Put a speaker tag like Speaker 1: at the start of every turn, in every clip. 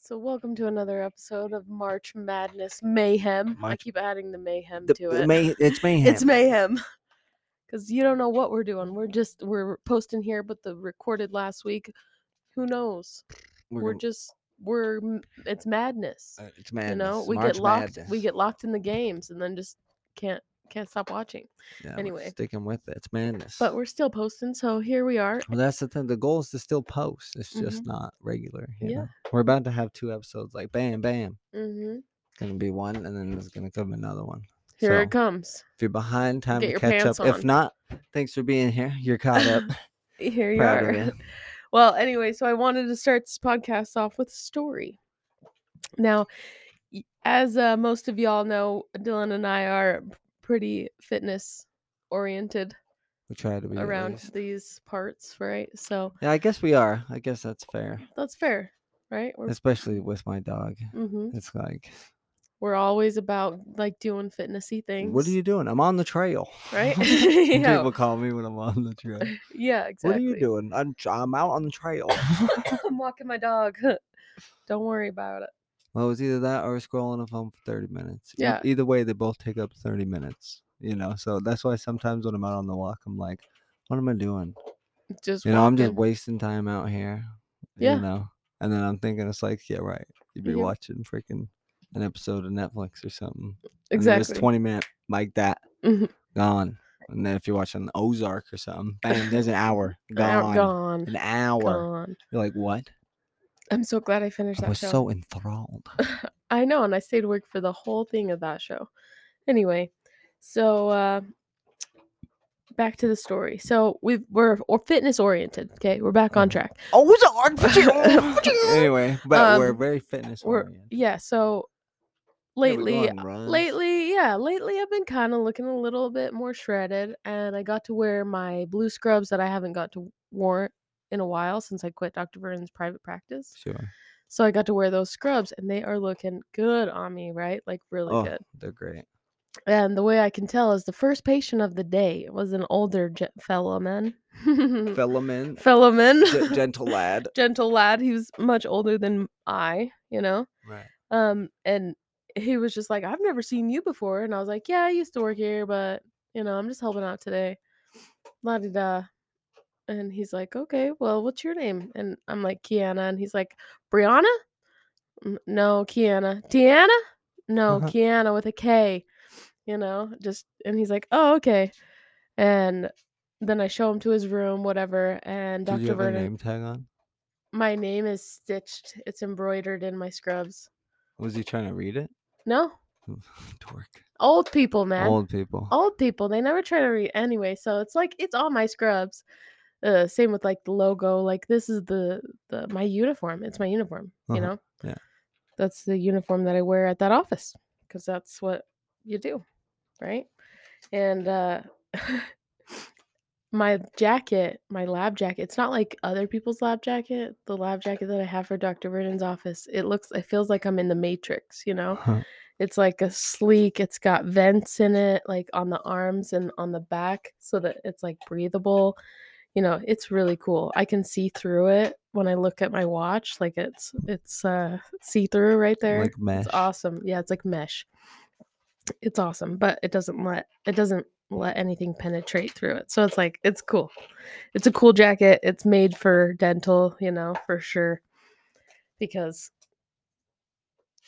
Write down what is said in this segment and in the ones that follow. Speaker 1: So welcome to another episode of March Madness Mayhem. I
Speaker 2: March-
Speaker 1: keep adding the mayhem
Speaker 2: The,
Speaker 1: to
Speaker 2: the
Speaker 1: it.
Speaker 2: may, it's mayhem.
Speaker 1: It's mayhem. Cuz you don't know what we're doing. We're just we're posting here but the recorded last week. Who knows?
Speaker 2: We're
Speaker 1: We're,
Speaker 2: gonna-
Speaker 1: just we're m- it's madness.
Speaker 2: uh, it's madness.
Speaker 1: you know, we
Speaker 2: March
Speaker 1: get locked
Speaker 2: Madness.
Speaker 1: we get locked in the games and then just can't can't stop watching.
Speaker 2: Yeah, we're
Speaker 1: anyway.
Speaker 2: sticking with it. It's madness.
Speaker 1: But we're still posting, so here we are.
Speaker 2: well, that's the thing. The goal is to still post. It's just not regular. you
Speaker 1: Mm-hmm. Yeah.
Speaker 2: know? We're about to have two episodes. Like bam, bam.
Speaker 1: Mhm.
Speaker 2: Gonna be one, and then there's gonna come another one.
Speaker 1: Here
Speaker 2: So,
Speaker 1: it comes.
Speaker 2: If you're behind, time
Speaker 1: Get
Speaker 2: to
Speaker 1: your
Speaker 2: catch
Speaker 1: pants
Speaker 2: up.
Speaker 1: on.
Speaker 2: If not, thanks for being here. You're caught up.
Speaker 1: Here you
Speaker 2: Proud
Speaker 1: are.
Speaker 2: of you.
Speaker 1: Well, anyway, so I wanted to start this podcast off with a story. Now, y- as uh, most of y'all know, Dylan and I are p- pretty fitness oriented
Speaker 2: We try to be at
Speaker 1: around
Speaker 2: least.
Speaker 1: these parts, right? So
Speaker 2: Yeah, I guess we are. I guess that's fair,
Speaker 1: that's fair, right? We're
Speaker 2: especially with my dog.
Speaker 1: hmm
Speaker 2: It's like,
Speaker 1: we're always about like doing fitnessy things.
Speaker 2: what are you doing? I'm on the trail.
Speaker 1: right?
Speaker 2: When
Speaker 1: yeah.
Speaker 2: People call me when I'm on the trail.
Speaker 1: yeah,
Speaker 2: What are
Speaker 1: exactly.
Speaker 2: you doing? I'm, tr- I'm out on the trail.
Speaker 1: I'm walking my dog. Don't worry about it.
Speaker 2: well, it's either that or scrolling a phone for 30 minutes. E-
Speaker 1: Yeah.
Speaker 2: either way, they both take up 30 minutes, you know? So that's why sometimes when I'm out on the walk, I'm like, what am I doing?
Speaker 1: Just
Speaker 2: You know, I'm just
Speaker 1: walking.
Speaker 2: wasting time out here.
Speaker 1: Yeah. Mm-hmm.
Speaker 2: You know? And then I'm thinking, it's like, yeah, right. You'd be
Speaker 1: Yeah.
Speaker 2: watching freaking an episode of Netflix or something. It's
Speaker 1: exactly.
Speaker 2: 20 minute like that.
Speaker 1: Mhm.
Speaker 2: Gone. And then if you're watching Ozark or something, bam, there's an hour.
Speaker 1: Gone.
Speaker 2: Gone.
Speaker 1: Gone.
Speaker 2: An hour.
Speaker 1: Gone.
Speaker 2: You're like, what?
Speaker 1: I'm so glad I finished
Speaker 2: I
Speaker 1: that
Speaker 2: was
Speaker 1: show.
Speaker 2: so enthralled.
Speaker 1: I know, and I stayed awake for the whole thing of that show. Anyway, so uh, back to the story. So we we're or fitness oriented. Okay, we're back on
Speaker 2: Mhm.
Speaker 1: track.
Speaker 2: Oh, anyway, but we're
Speaker 1: Um,
Speaker 2: very fitness
Speaker 1: We're
Speaker 2: oriented. Yeah,
Speaker 1: yeah. So
Speaker 2: we
Speaker 1: lately,
Speaker 2: go on runs.
Speaker 1: lately, yeah, lately I've been kind of looking a little bit more shredded, and I got to wear my blue scrubs that I haven't got to wear in a while since I quit Dr. Vernon's private practice.
Speaker 2: Sure.
Speaker 1: So I got to wear those scrubs, and they are looking good on me, right? Like really
Speaker 2: oh,
Speaker 1: good.
Speaker 2: they're great.
Speaker 1: And the way I can tell is the first patient of the day was an older ge- fellow man. Mm.
Speaker 2: Fellow men,
Speaker 1: fellow man.
Speaker 2: ge- gentle lad.
Speaker 1: Gentle lad. He was much older than I, you know?
Speaker 2: Right.
Speaker 1: Um, and he was just like, I've never seen you before. And I was like, Yeah, I used to work here, but, you know, I'm just helping out today. La di da. And he's like, Okay, well, what's your name? And I'm like, Kiana. And he's like, Brianna? "N- No, Kiana. Deanna? No,
Speaker 2: Uh-huh.
Speaker 1: Kiana with a K. You know, just, and he's like, Oh, okay. And then I show him to his room, whatever. And
Speaker 2: Did you
Speaker 1: Dr.
Speaker 2: have a
Speaker 1: Vernon,
Speaker 2: name tag on?
Speaker 1: my name is stitched, it's embroidered in my scrubs.
Speaker 2: Was he trying to read it?
Speaker 1: No,
Speaker 2: Dork.
Speaker 1: old people, man. Oh, Old,
Speaker 2: Old people.
Speaker 1: people. They never try to read anyway. So it's like it's all my scrubs. Uh, same with like the logo. Like this is the the my uniform. It's my uniform. You
Speaker 2: Uh-huh,
Speaker 1: know.
Speaker 2: yeah.
Speaker 1: That's the uniform that I wear at that office because that's what you do, right? And uh, my jacket, my lab jacket. It's not like other people's lab jacket. The lab jacket that I have for Dr. Vernon's office. It looks. It feels like I'm in the Matrix. You know. It's like a sleek, it's got vents in it, like on the arms and on the back, so that it's like breathable. You know, it's really cool. I can see through it when I look at my watch. Like it's it's uh see through right there.
Speaker 2: Like mesh.
Speaker 1: It's awesome. Yeah, it's like mesh. It's awesome, but it doesn't let it doesn't let anything penetrate through it. So it's like it's cool. It's a cool jacket. It's made for dental, you know, for sure. Because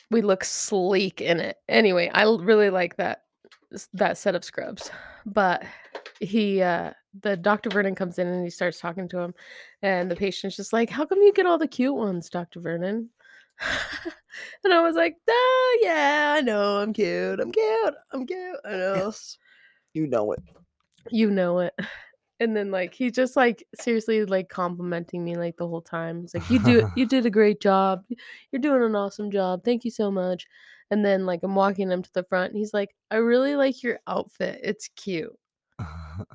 Speaker 1: we look sleek in it. Anyway, I l- really like that s- that set of scrubs. But he uh the Dr. Vernon comes in and he starts talking to him and the patient's just like, "How come you get all the cute ones, Dr. Vernon?" and I was like, "Ah, yeah, I know. I'm cute. I'm cute. I'm cute. I know."
Speaker 2: You know it.
Speaker 1: you know it. And then like he just like seriously like complimenting me like the whole time. He's like, You do you did a great job. You're doing an awesome job. Thank you so much. And then like I'm walking him to the front and he's like, I really like your outfit. It's cute. And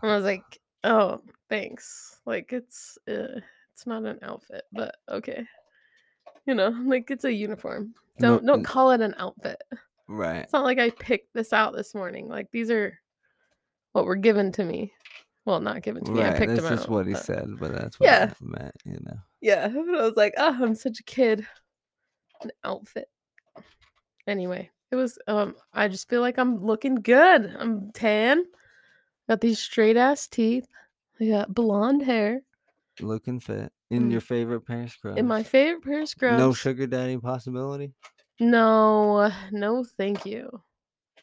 Speaker 1: I was like, Oh, thanks. Like it's uh, it's not an outfit, but okay. You know, like it's a uniform.
Speaker 2: No-
Speaker 1: Don't don't call it an outfit.
Speaker 2: right.
Speaker 1: It's not like I picked this out this morning. Like these are what were given to me. Well, not given to me. I
Speaker 2: right.
Speaker 1: picked
Speaker 2: That's
Speaker 1: them
Speaker 2: just
Speaker 1: out.
Speaker 2: what he
Speaker 1: but-
Speaker 2: said, but that's what
Speaker 1: Yeah.
Speaker 2: I meant, you know.
Speaker 1: Yeah, but I was like, oh, I'm such a kid. an outfit. Anyway, it was um I just feel like I'm looking good. I'm tan. Got these straight ass teeth. I got blonde hair.
Speaker 2: Looking fit in
Speaker 1: Mm.
Speaker 2: your favorite pair of scrubs.
Speaker 1: In my favorite pair of scrubs.
Speaker 2: No sugar daddy possibility.
Speaker 1: No, no, thank you.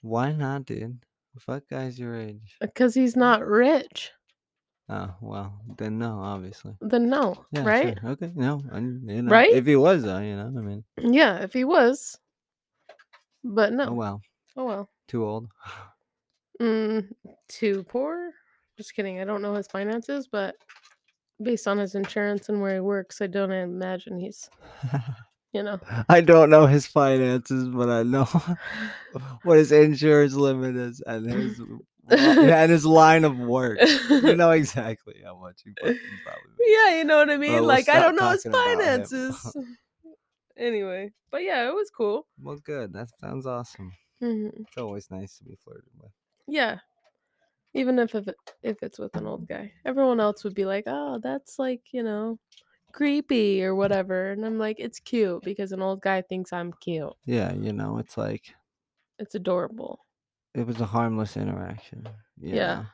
Speaker 2: Why not, dude? Fuck guys your age.
Speaker 1: Because he's not rich.
Speaker 2: Oh well, then no, obviously.
Speaker 1: Then no,
Speaker 2: Yeah,
Speaker 1: right?
Speaker 2: sure, Okay. No. and, you know,
Speaker 1: Right?
Speaker 2: If he was, though, you know, I mean,
Speaker 1: Yeah, if he was. But no.
Speaker 2: oh well,
Speaker 1: Oh well.
Speaker 2: too old.
Speaker 1: Mm, too poor? Just kidding. I don't know his finances, but based on his insurance and where he works, I don't imagine he's, you know.
Speaker 2: I don't know his finances, but I know what his insurance limit is and his wa- and his line of work. You know exactly how much he fucking probably. makes.
Speaker 1: yeah, you know what I mean?
Speaker 2: we'll
Speaker 1: like, I
Speaker 2: stop
Speaker 1: don't know his
Speaker 2: talking about him.
Speaker 1: finances. anyway, but yeah, it was cool.
Speaker 2: Well, good. That sounds awesome.
Speaker 1: Mhm.
Speaker 2: It's always nice to be flirted with.
Speaker 1: Yeah. Even if if, it, if it's with an old guy. Everyone else would be like, "Oh, that's like, you know, creepy or whatever." And I'm like, "It's cute because an old guy thinks I'm cute.
Speaker 2: Yeah, you know, it's like
Speaker 1: It's adorable."
Speaker 2: it was a harmless interaction. you
Speaker 1: Yeah.
Speaker 2: know?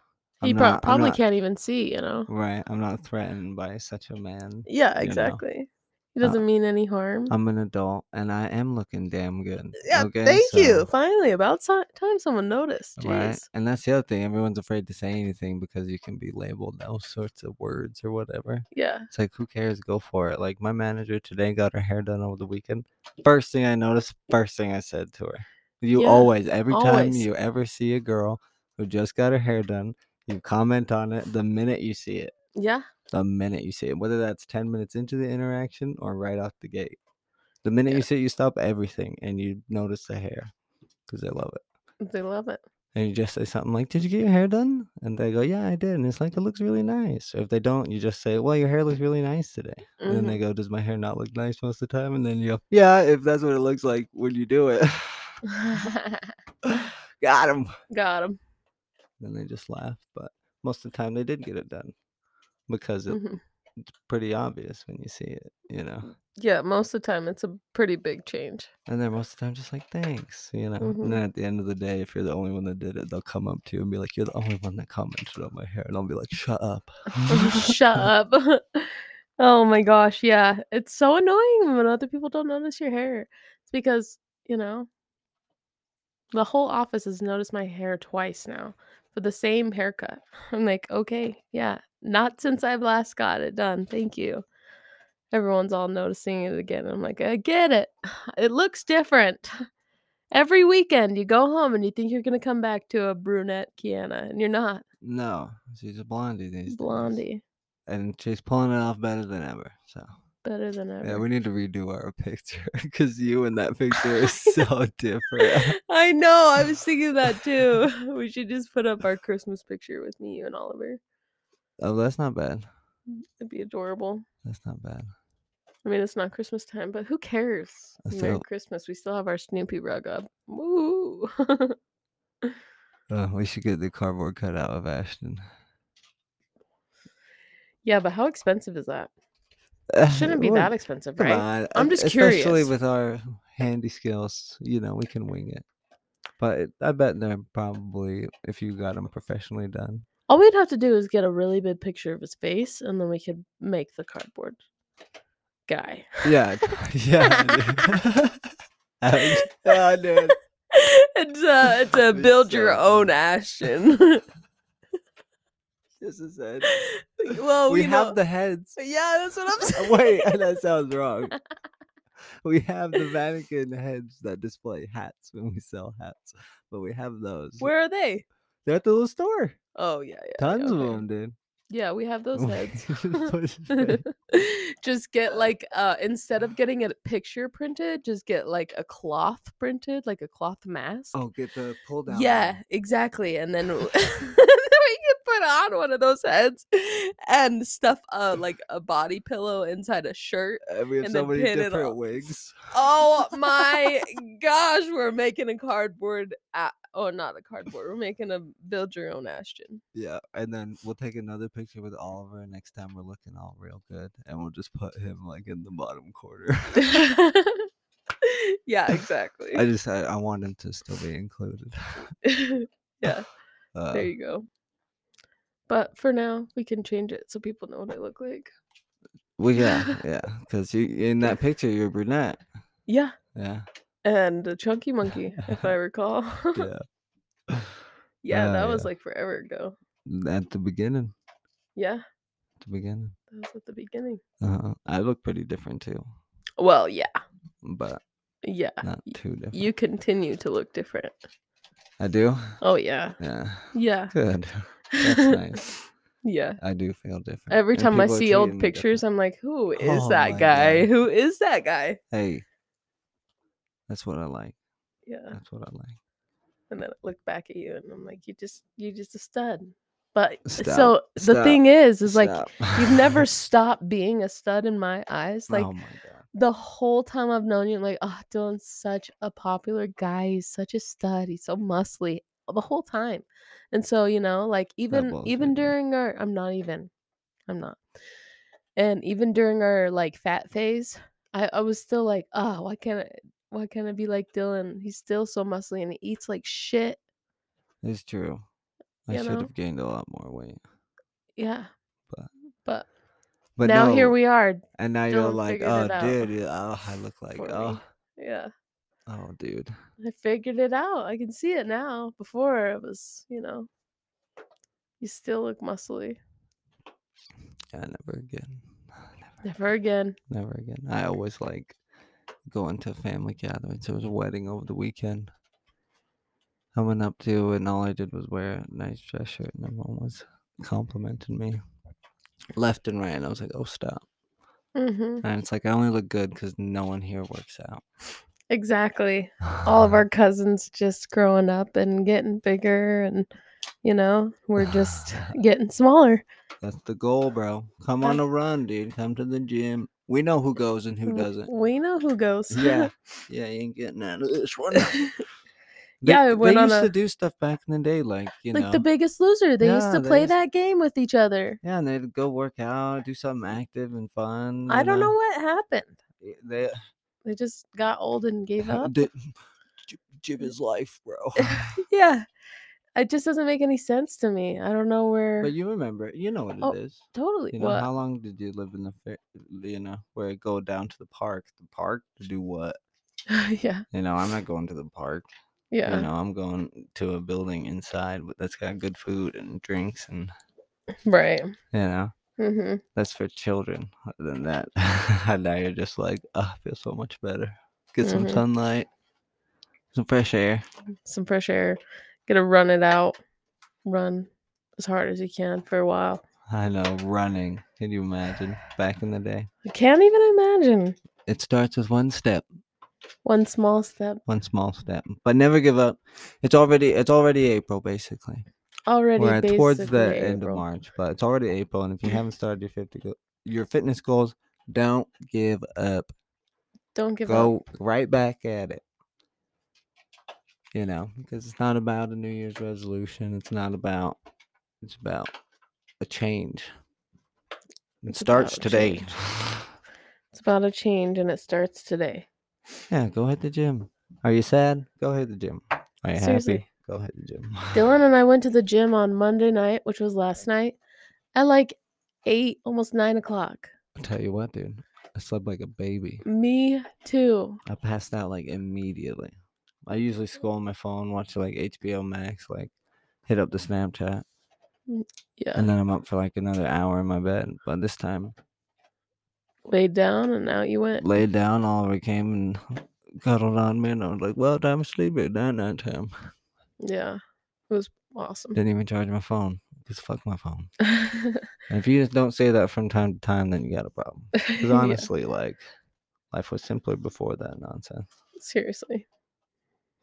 Speaker 1: he
Speaker 2: I'm
Speaker 1: prob-
Speaker 2: not- I'm
Speaker 1: probably
Speaker 2: not-
Speaker 1: can't even see, you know.
Speaker 2: Right. I'm not threatened by such a man.
Speaker 1: Yeah,
Speaker 2: you know.
Speaker 1: exactly. He
Speaker 2: Uh,
Speaker 1: doesn't mean any harm.
Speaker 2: I'm an adult and I am looking damn good.
Speaker 1: Uh, yeah,
Speaker 2: okay,
Speaker 1: thank you.
Speaker 2: so-
Speaker 1: Finally, about so- time someone noticed. Jeez.
Speaker 2: Right. And that's the other thing. Everyone's afraid to say anything because you can be labeled all sorts of words or whatever.
Speaker 1: Yeah.
Speaker 2: It's like, who cares? Go for it. Like, my manager today got her hair done over the weekend. First thing I noticed, first thing I said to her. You
Speaker 1: Yeah,
Speaker 2: always, every time
Speaker 1: always.
Speaker 2: you ever see a girl who just got her hair done, you comment on it the minute you see it.
Speaker 1: Yeah.
Speaker 2: the minute you see it, whether that's 10 minutes into the interaction or right off the gate. The minute
Speaker 1: Yeah.
Speaker 2: you see it, you stop everything and you notice the hair because they love it.
Speaker 1: They love it.
Speaker 2: And you just say something like, Did you get your hair done? And they go, Yeah, I did. And it's like, It looks really nice. Or if they don't, you just say, Well, your hair looks really nice today. And then
Speaker 1: Mhm.
Speaker 2: they go, Does my hair not look nice most of the time? And then you go, Yeah, if that's what it looks like when you do it. Got him.
Speaker 1: Mm-hmm. Got him.
Speaker 2: Then they just laugh. But most of the time, they did get it done because it's
Speaker 1: Mhm.
Speaker 2: pretty obvious when you see it, you know?
Speaker 1: Yeah, most of the time it's a pretty big change.
Speaker 2: And they're most of the time just like, thanks, you know.
Speaker 1: Mhm.
Speaker 2: And then at the end of the day, if you're the only one that did it, they'll come up to you and be like, you're the only one that commented on my hair. And I'll be like, shut up.
Speaker 1: Shut up. oh my gosh, yeah. It's so annoying when other people don't notice your hair. It's because, you know, the whole office has noticed my hair twice now for the same haircut. I'm like, okay, yeah, not since I've last got it done. Thank you. Everyone's all noticing it again. I'm like, I get it. It looks different. Every weekend you go home and you think you're going to come back to a brunette Kiana, and you're not.
Speaker 2: No, she's a blondie these days.
Speaker 1: Blondie.
Speaker 2: And she's pulling it off better than ever. So,
Speaker 1: Better than ever.
Speaker 2: yeah, we need to redo our picture because you and that picture is so different.
Speaker 1: I know. I was thinking that too. We should just put up our Christmas picture with me, you, and Oliver.
Speaker 2: Oh, that's not bad.
Speaker 1: It'd be adorable.
Speaker 2: That's not bad.
Speaker 1: I mean, it's not Christmas time, but who cares?
Speaker 2: I
Speaker 1: Merry
Speaker 2: still-
Speaker 1: Christmas. We still have our Snoopy rug up. Woo!
Speaker 2: Uh, we should get the cardboard cutout of Ashton.
Speaker 1: yeah, but how expensive is that? Shouldn't be
Speaker 2: Well,
Speaker 1: that expensive,
Speaker 2: Come
Speaker 1: right?
Speaker 2: on,
Speaker 1: I'm
Speaker 2: e-
Speaker 1: just
Speaker 2: especially
Speaker 1: curious.
Speaker 2: with our handy skills, you know, we can wing it. But it, I bet they're probably if you got them professionally done.
Speaker 1: All we'd have to do is get a really big picture of his face, and then we could make the cardboard guy.
Speaker 2: Yeah, yeah. dude. Ouch. Ah, dude.
Speaker 1: it's uh, it's a
Speaker 2: Be
Speaker 1: build your
Speaker 2: so
Speaker 1: own
Speaker 2: funny.
Speaker 1: Ashton.
Speaker 2: This is it.
Speaker 1: well,
Speaker 2: we
Speaker 1: Oh, you
Speaker 2: have
Speaker 1: know-
Speaker 2: the heads. Uh,
Speaker 1: Yeah, that's what I'm saying.
Speaker 2: Wait, that sounds wrong. We have the mannequin heads that display hats when we sell hats, but we have those.
Speaker 1: Where are they?
Speaker 2: They're at the little store.
Speaker 1: Oh yeah, yeah. yeah,
Speaker 2: Tons
Speaker 1: okay.
Speaker 2: of them, dude.
Speaker 1: Yeah, we have those
Speaker 2: We
Speaker 1: heads.
Speaker 2: just push it.
Speaker 1: just get like uh instead of getting a picture printed, just get like a cloth printed, like a cloth mask.
Speaker 2: Oh, get the pull down.
Speaker 1: yeah,
Speaker 2: one.
Speaker 1: exactly. And then w- then we can put on one of those heads and stuff uh like a body pillow inside a shirt.
Speaker 2: And we have
Speaker 1: and
Speaker 2: so
Speaker 1: then
Speaker 2: many
Speaker 1: pin it
Speaker 2: different
Speaker 1: up.
Speaker 2: wigs.
Speaker 1: Oh my gosh, we're making a cardboard a- oh not a cardboard, we're making a build your own Ashton.
Speaker 2: Yeah, and then we'll take another picture with Oliver next time we're looking all real good, and we'll just put him like in the bottom corner.
Speaker 1: Yeah, exactly.
Speaker 2: I just I, I want him to still be included.
Speaker 1: yeah,
Speaker 2: Uh,
Speaker 1: there you go. But for now, we can change it so people know what I look like.
Speaker 2: well, yeah, yeah, because you in that picture you're brunette.
Speaker 1: Yeah,
Speaker 2: Yeah,
Speaker 1: and a chunky monkey, if I recall. yeah,
Speaker 2: yeah.
Speaker 1: that
Speaker 2: Ah,
Speaker 1: was
Speaker 2: yeah.
Speaker 1: like forever ago.
Speaker 2: At the beginning,
Speaker 1: Yeah,
Speaker 2: at the beginning,
Speaker 1: that was at the beginning.
Speaker 2: uh, I look pretty different too,
Speaker 1: Well, yeah,
Speaker 2: but
Speaker 1: yeah.
Speaker 2: not too different.
Speaker 1: Uh, You continue to look different.
Speaker 2: I do.
Speaker 1: Oh yeah,
Speaker 2: Yeah,
Speaker 1: yeah,
Speaker 2: good. That's nice.
Speaker 1: yeah.
Speaker 2: I do feel different
Speaker 1: Every
Speaker 2: and
Speaker 1: time I
Speaker 2: people are
Speaker 1: see old
Speaker 2: treating me
Speaker 1: pictures,
Speaker 2: different.
Speaker 1: I'm like, who is
Speaker 2: Oh
Speaker 1: that
Speaker 2: my
Speaker 1: guy?
Speaker 2: God.
Speaker 1: Who is that guy?
Speaker 2: Hey, that's what I like.
Speaker 1: Yeah.
Speaker 2: That's what I like.
Speaker 1: And then I look back at you and I'm like, you just you just a stud. But so
Speaker 2: Stop,
Speaker 1: the
Speaker 2: stop,
Speaker 1: thing is, is like
Speaker 2: Stop.
Speaker 1: you've never stopped being a stud in my eyes. Like
Speaker 2: oh my god.
Speaker 1: the whole time I've known you, I'm like, oh Dylan's such a popular guy. He's such a stud. He's so muscly uh, the whole time. And so, you know, like even
Speaker 2: bullshit,
Speaker 1: even
Speaker 2: man.
Speaker 1: during our I'm not even. I'm not. And even during our like fat phase, I, I was still like, oh, why can't I why can't I be like Dylan? He's still so muscly and he eats like shit.
Speaker 2: It's true. I
Speaker 1: You
Speaker 2: should
Speaker 1: know?
Speaker 2: have gained a lot more weight.
Speaker 1: Yeah.
Speaker 2: But-
Speaker 1: but,
Speaker 2: But
Speaker 1: now here
Speaker 2: no,
Speaker 1: we are.
Speaker 2: and now you're
Speaker 1: Dylan
Speaker 2: like,
Speaker 1: figured
Speaker 2: oh
Speaker 1: it out
Speaker 2: dude, yeah, oh, I look like
Speaker 1: for me.
Speaker 2: oh
Speaker 1: Yeah.
Speaker 2: oh dude.
Speaker 1: I figured it out. I can see it now. Before it was, you know, you still look muscly.
Speaker 2: Yeah, never again. Never,
Speaker 1: Never again.
Speaker 2: never again. I always like going to family gatherings. There was a wedding over the weekend. I went up to and all I did was wear a nice dress shirt and everyone was complimenting me. Left and right, and I was like, "Oh, stop!"
Speaker 1: hmm
Speaker 2: And it's like I only look good because no one here works out.
Speaker 1: Exactly. All
Speaker 2: Uh-huh.
Speaker 1: of our cousins just growing up and getting bigger, and you know, we're just getting smaller.
Speaker 2: That's the goal, bro. Come on a run, dude. Come to the gym. We know who goes and who
Speaker 1: W-
Speaker 2: doesn't.
Speaker 1: We know Mm, who goes.
Speaker 2: Yeah, yeah, you ain't getting out of this one. They,
Speaker 1: Yeah, I went
Speaker 2: they
Speaker 1: on
Speaker 2: used
Speaker 1: a-
Speaker 2: to do stuff back in the day, like you
Speaker 1: like
Speaker 2: know,
Speaker 1: the biggest loser. They used
Speaker 2: Yeah,
Speaker 1: to
Speaker 2: they
Speaker 1: play
Speaker 2: used-
Speaker 1: that game with each other.
Speaker 2: yeah, and they'd go work out, do something active and fun.
Speaker 1: I
Speaker 2: you
Speaker 1: don't know what happened.
Speaker 2: Y- They
Speaker 1: They just got old and gave up.
Speaker 2: did. J- Jim is life, bro.
Speaker 1: yeah. It just doesn't make any sense to me. I don't know where
Speaker 2: but you remember, you know what it is.
Speaker 1: Oh, totally
Speaker 2: You know
Speaker 1: what
Speaker 2: how long did you live in the, fa- you know, where it go down to the park? The park to do what?
Speaker 1: yeah.
Speaker 2: You know, I'm not going to the park.
Speaker 1: Yeah.
Speaker 2: you know i'm going to a building inside with- that's got good food and drinks and
Speaker 1: Right.
Speaker 2: you know
Speaker 1: hmm
Speaker 2: that's for children other than that and now you're just like oh, i feel so much better get some
Speaker 1: Mhm.
Speaker 2: sunlight some fresh air
Speaker 1: Some fresh air. Gotta run it out. Run as hard as you can for a while.
Speaker 2: i know running can you imagine back in the day
Speaker 1: I can't even imagine.
Speaker 2: it starts with one step
Speaker 1: One small step
Speaker 2: one small step but never give up it's already it's already april basically
Speaker 1: already.
Speaker 2: We're at- towards the
Speaker 1: basically
Speaker 2: end of
Speaker 1: April.
Speaker 2: March, but it's already April. And if you haven't started your 50 go- your fitness goals, don't give up.
Speaker 1: Don't give up.
Speaker 2: Go right back at it. You know, because it's not about a New Year's resolution. It's not about. It's about a change. It
Speaker 1: It's
Speaker 2: starts
Speaker 1: about
Speaker 2: today.
Speaker 1: change. It's about a change and it starts today.
Speaker 2: yeah, go hit the gym. Are you sad? Go hit the gym. Are you
Speaker 1: Seriously.
Speaker 2: happy? Go hit the gym.
Speaker 1: Dylan and I went to the gym on Monday night, which was last night, at like eight, almost nine o'clock.
Speaker 2: I'll tell you what, dude. I slept like a baby.
Speaker 1: Me too.
Speaker 2: I passed out like immediately. I usually scroll on my phone, watch like HBO Max, like hit up the Snapchat,
Speaker 1: Yeah.
Speaker 2: and then I'm up for like another hour in my bed. But this time,
Speaker 1: Laid down and out you went.
Speaker 2: laid down, Oliver came and cuddled on me, and I was like, "Well, I'm sleeping that night time."
Speaker 1: Yeah. It was awesome.
Speaker 2: Didn't even charge my phone because fuck my phone. And if you just don't say that from time to time, then you got a problem. Because
Speaker 1: Yeah,
Speaker 2: honestly, like life was simpler before that nonsense.
Speaker 1: seriously.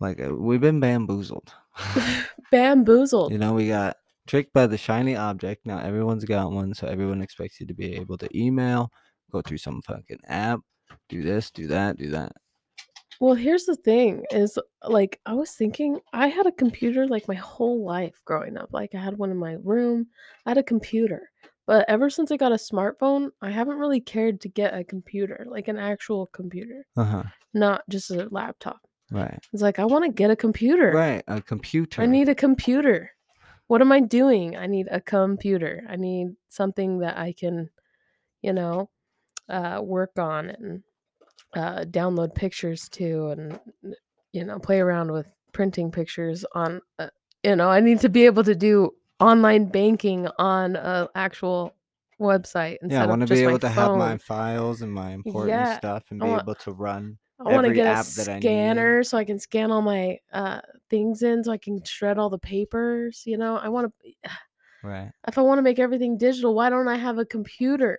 Speaker 2: Like uh, we've been bamboozled.
Speaker 1: Bamboozled.
Speaker 2: You know, we got tricked by the shiny object. Now everyone's got one, so everyone expects you to be able to email, go through some fucking app, do this, do that, do that.
Speaker 1: Well, here's the thing is like I was thinking I had a computer like my whole life growing up. Like I had one in my room. I had a computer. But ever since I got a smartphone, I haven't really cared to get a computer, like an actual computer,
Speaker 2: Uh huh.
Speaker 1: not just a laptop.
Speaker 2: Right.
Speaker 1: It's like I want to get a computer.
Speaker 2: Right. A computer.
Speaker 1: I need a computer. What am I doing? I need a computer. I need something that I can, you know, uh, work on and uh, download pictures to, and you know, play around with printing pictures on. Uh, you know, I need to be able to do online banking on a actual website instead
Speaker 2: yeah, I
Speaker 1: of
Speaker 2: want to
Speaker 1: just
Speaker 2: be
Speaker 1: my
Speaker 2: able to have my
Speaker 1: phone.
Speaker 2: files and my important
Speaker 1: Yeah,
Speaker 2: stuff and
Speaker 1: I
Speaker 2: be
Speaker 1: want-
Speaker 2: able to run.
Speaker 1: I want to
Speaker 2: every
Speaker 1: get a
Speaker 2: app that I need.
Speaker 1: scanner so I can scan all my uh, things in, so I can shred all the papers. You know, I want to.
Speaker 2: Right.
Speaker 1: If I want to make everything digital, why don't I have a computer?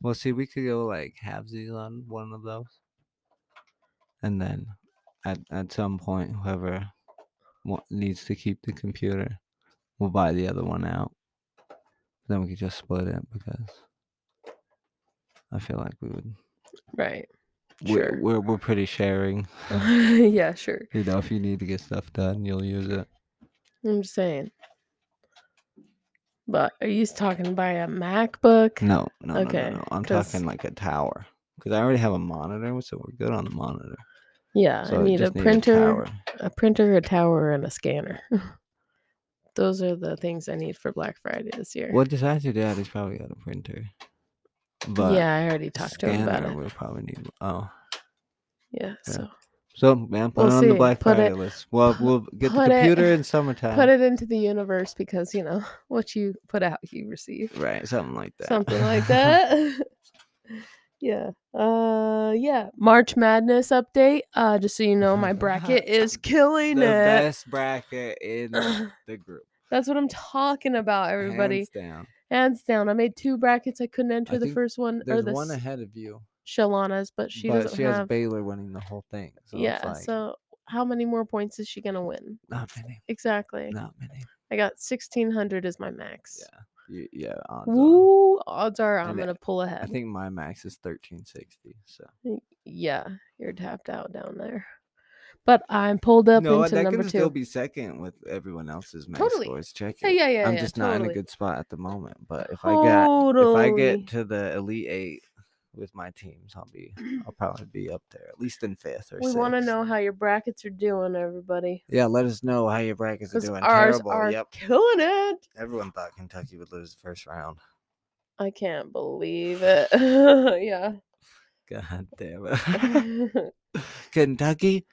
Speaker 2: Well, see, we could go like halvesies on one of those, and then at at some point, whoever wa- needs to keep the computer will buy the other one out. Then we could just split it because I feel like we would.
Speaker 1: Right.
Speaker 2: We're,
Speaker 1: Sure.
Speaker 2: we're we're pretty sharing.
Speaker 1: yeah, sure.
Speaker 2: You know, if you need to get stuff done, you'll use it.
Speaker 1: I'm just saying. But are you talking by a MacBook?
Speaker 2: No, no, no,
Speaker 1: Okay,
Speaker 2: no, no. I'm
Speaker 1: 'cause-
Speaker 2: talking like a tower because I already have a monitor, so we're good on the monitor.
Speaker 1: Yeah,
Speaker 2: So
Speaker 1: I need a
Speaker 2: just
Speaker 1: printer,
Speaker 2: tower.
Speaker 1: a, printer, a tower, and a scanner. Those are the things I need for Black Friday this year.
Speaker 2: Well, besides your dad, he's probably got a printer. But
Speaker 1: yeah, I already talked to him
Speaker 2: scanner,
Speaker 1: about it.
Speaker 2: We'll probably need. Oh,
Speaker 1: Yeah,
Speaker 2: Yeah.
Speaker 1: so
Speaker 2: so man, put
Speaker 1: We'll
Speaker 2: it on the
Speaker 1: see.
Speaker 2: Black
Speaker 1: Put
Speaker 2: Friday
Speaker 1: it-
Speaker 2: list. Well,
Speaker 1: pu-
Speaker 2: we'll get the
Speaker 1: put it-
Speaker 2: computer in summertime.
Speaker 1: put it into the universe because you know what you put out, you receive.
Speaker 2: right, something like that.
Speaker 1: something like that. yeah. Uh yeah. March Madness update. Uh just so you know, my bracket is
Speaker 2: the
Speaker 1: killing it.
Speaker 2: best bracket in the group.
Speaker 1: That's what I'm talking about, everybody.
Speaker 2: Hands
Speaker 1: Hands,
Speaker 2: down.
Speaker 1: down. I made two brackets. I couldn't enter the
Speaker 2: think
Speaker 1: first one or
Speaker 2: There's
Speaker 1: the
Speaker 2: one
Speaker 1: s-
Speaker 2: ahead of you,
Speaker 1: Shalana's, but she
Speaker 2: but
Speaker 1: doesn't
Speaker 2: she has
Speaker 1: have
Speaker 2: Baylor winning the whole thing. So
Speaker 1: Yeah,
Speaker 2: it's like,
Speaker 1: so how many more points is she gonna win?
Speaker 2: not many,
Speaker 1: Exactly.
Speaker 2: not many.
Speaker 1: I got sixteen hundred is my max.
Speaker 2: Yeah, you, yeah. odds are.
Speaker 1: Woo! Odds are I'm
Speaker 2: And it-
Speaker 1: gonna pull ahead.
Speaker 2: I think my max is thirteen sixty. So
Speaker 1: Y- Yeah, you're tapped out down there. But I'm pulled up
Speaker 2: no,
Speaker 1: into
Speaker 2: that
Speaker 1: number
Speaker 2: can still
Speaker 1: two.
Speaker 2: be second with everyone else's max
Speaker 1: Totally.
Speaker 2: scores. Check
Speaker 1: yeah, yeah, yeah.
Speaker 2: I'm
Speaker 1: yeah,
Speaker 2: just not in a
Speaker 1: totally.
Speaker 2: good spot at the moment. But if I get
Speaker 1: Totally.
Speaker 2: if I get to the elite eight with my teams, I'll be I'll probably be up there at least in fifth or.
Speaker 1: we
Speaker 2: want
Speaker 1: want to know how your brackets are doing, everybody.
Speaker 2: Yeah, let us know how your brackets are
Speaker 1: Because
Speaker 2: doing.
Speaker 1: ours
Speaker 2: Terrible.
Speaker 1: are
Speaker 2: Yep.
Speaker 1: killing it.
Speaker 2: Everyone thought Kentucky would lose the first round.
Speaker 1: I can't believe it. yeah.
Speaker 2: God damn it. Kentucky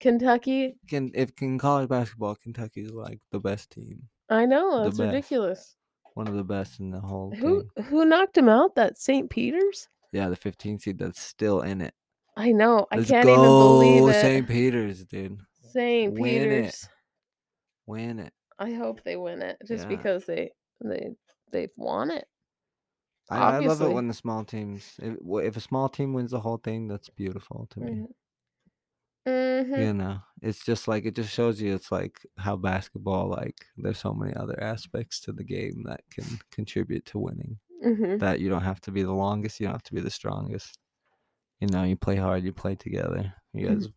Speaker 1: Kentucky,
Speaker 2: can if in college basketball, Kentucky's like the best team,
Speaker 1: I know
Speaker 2: The
Speaker 1: that's
Speaker 2: best.
Speaker 1: ridiculous.
Speaker 2: one of the best in the whole.
Speaker 1: Who
Speaker 2: thing.
Speaker 1: who knocked him out? That St. Peter's?
Speaker 2: Yeah, the 15 seed that's still in it.
Speaker 1: I know. I
Speaker 2: Let's
Speaker 1: can't even
Speaker 2: go,
Speaker 1: believe it.
Speaker 2: St. Peter's, dude.
Speaker 1: St.
Speaker 2: Win it.
Speaker 1: Peter's.
Speaker 2: Win it.
Speaker 1: I hope they win it just
Speaker 2: Yeah.
Speaker 1: because they they they've won it.
Speaker 2: I, I love it
Speaker 1: Obviously.
Speaker 2: when the small teams. If, w- if a small team wins the whole thing, that's beautiful to me.
Speaker 1: Mm-hmm.
Speaker 2: You know, it's just like it just shows you it's like how basketball like there's so many other aspects to the game that can contribute to winning.
Speaker 1: hmm
Speaker 2: That you don't have to be the longest, you don't have to be the strongest. You know, you play hard, you play together. You
Speaker 1: Mhm.
Speaker 2: guys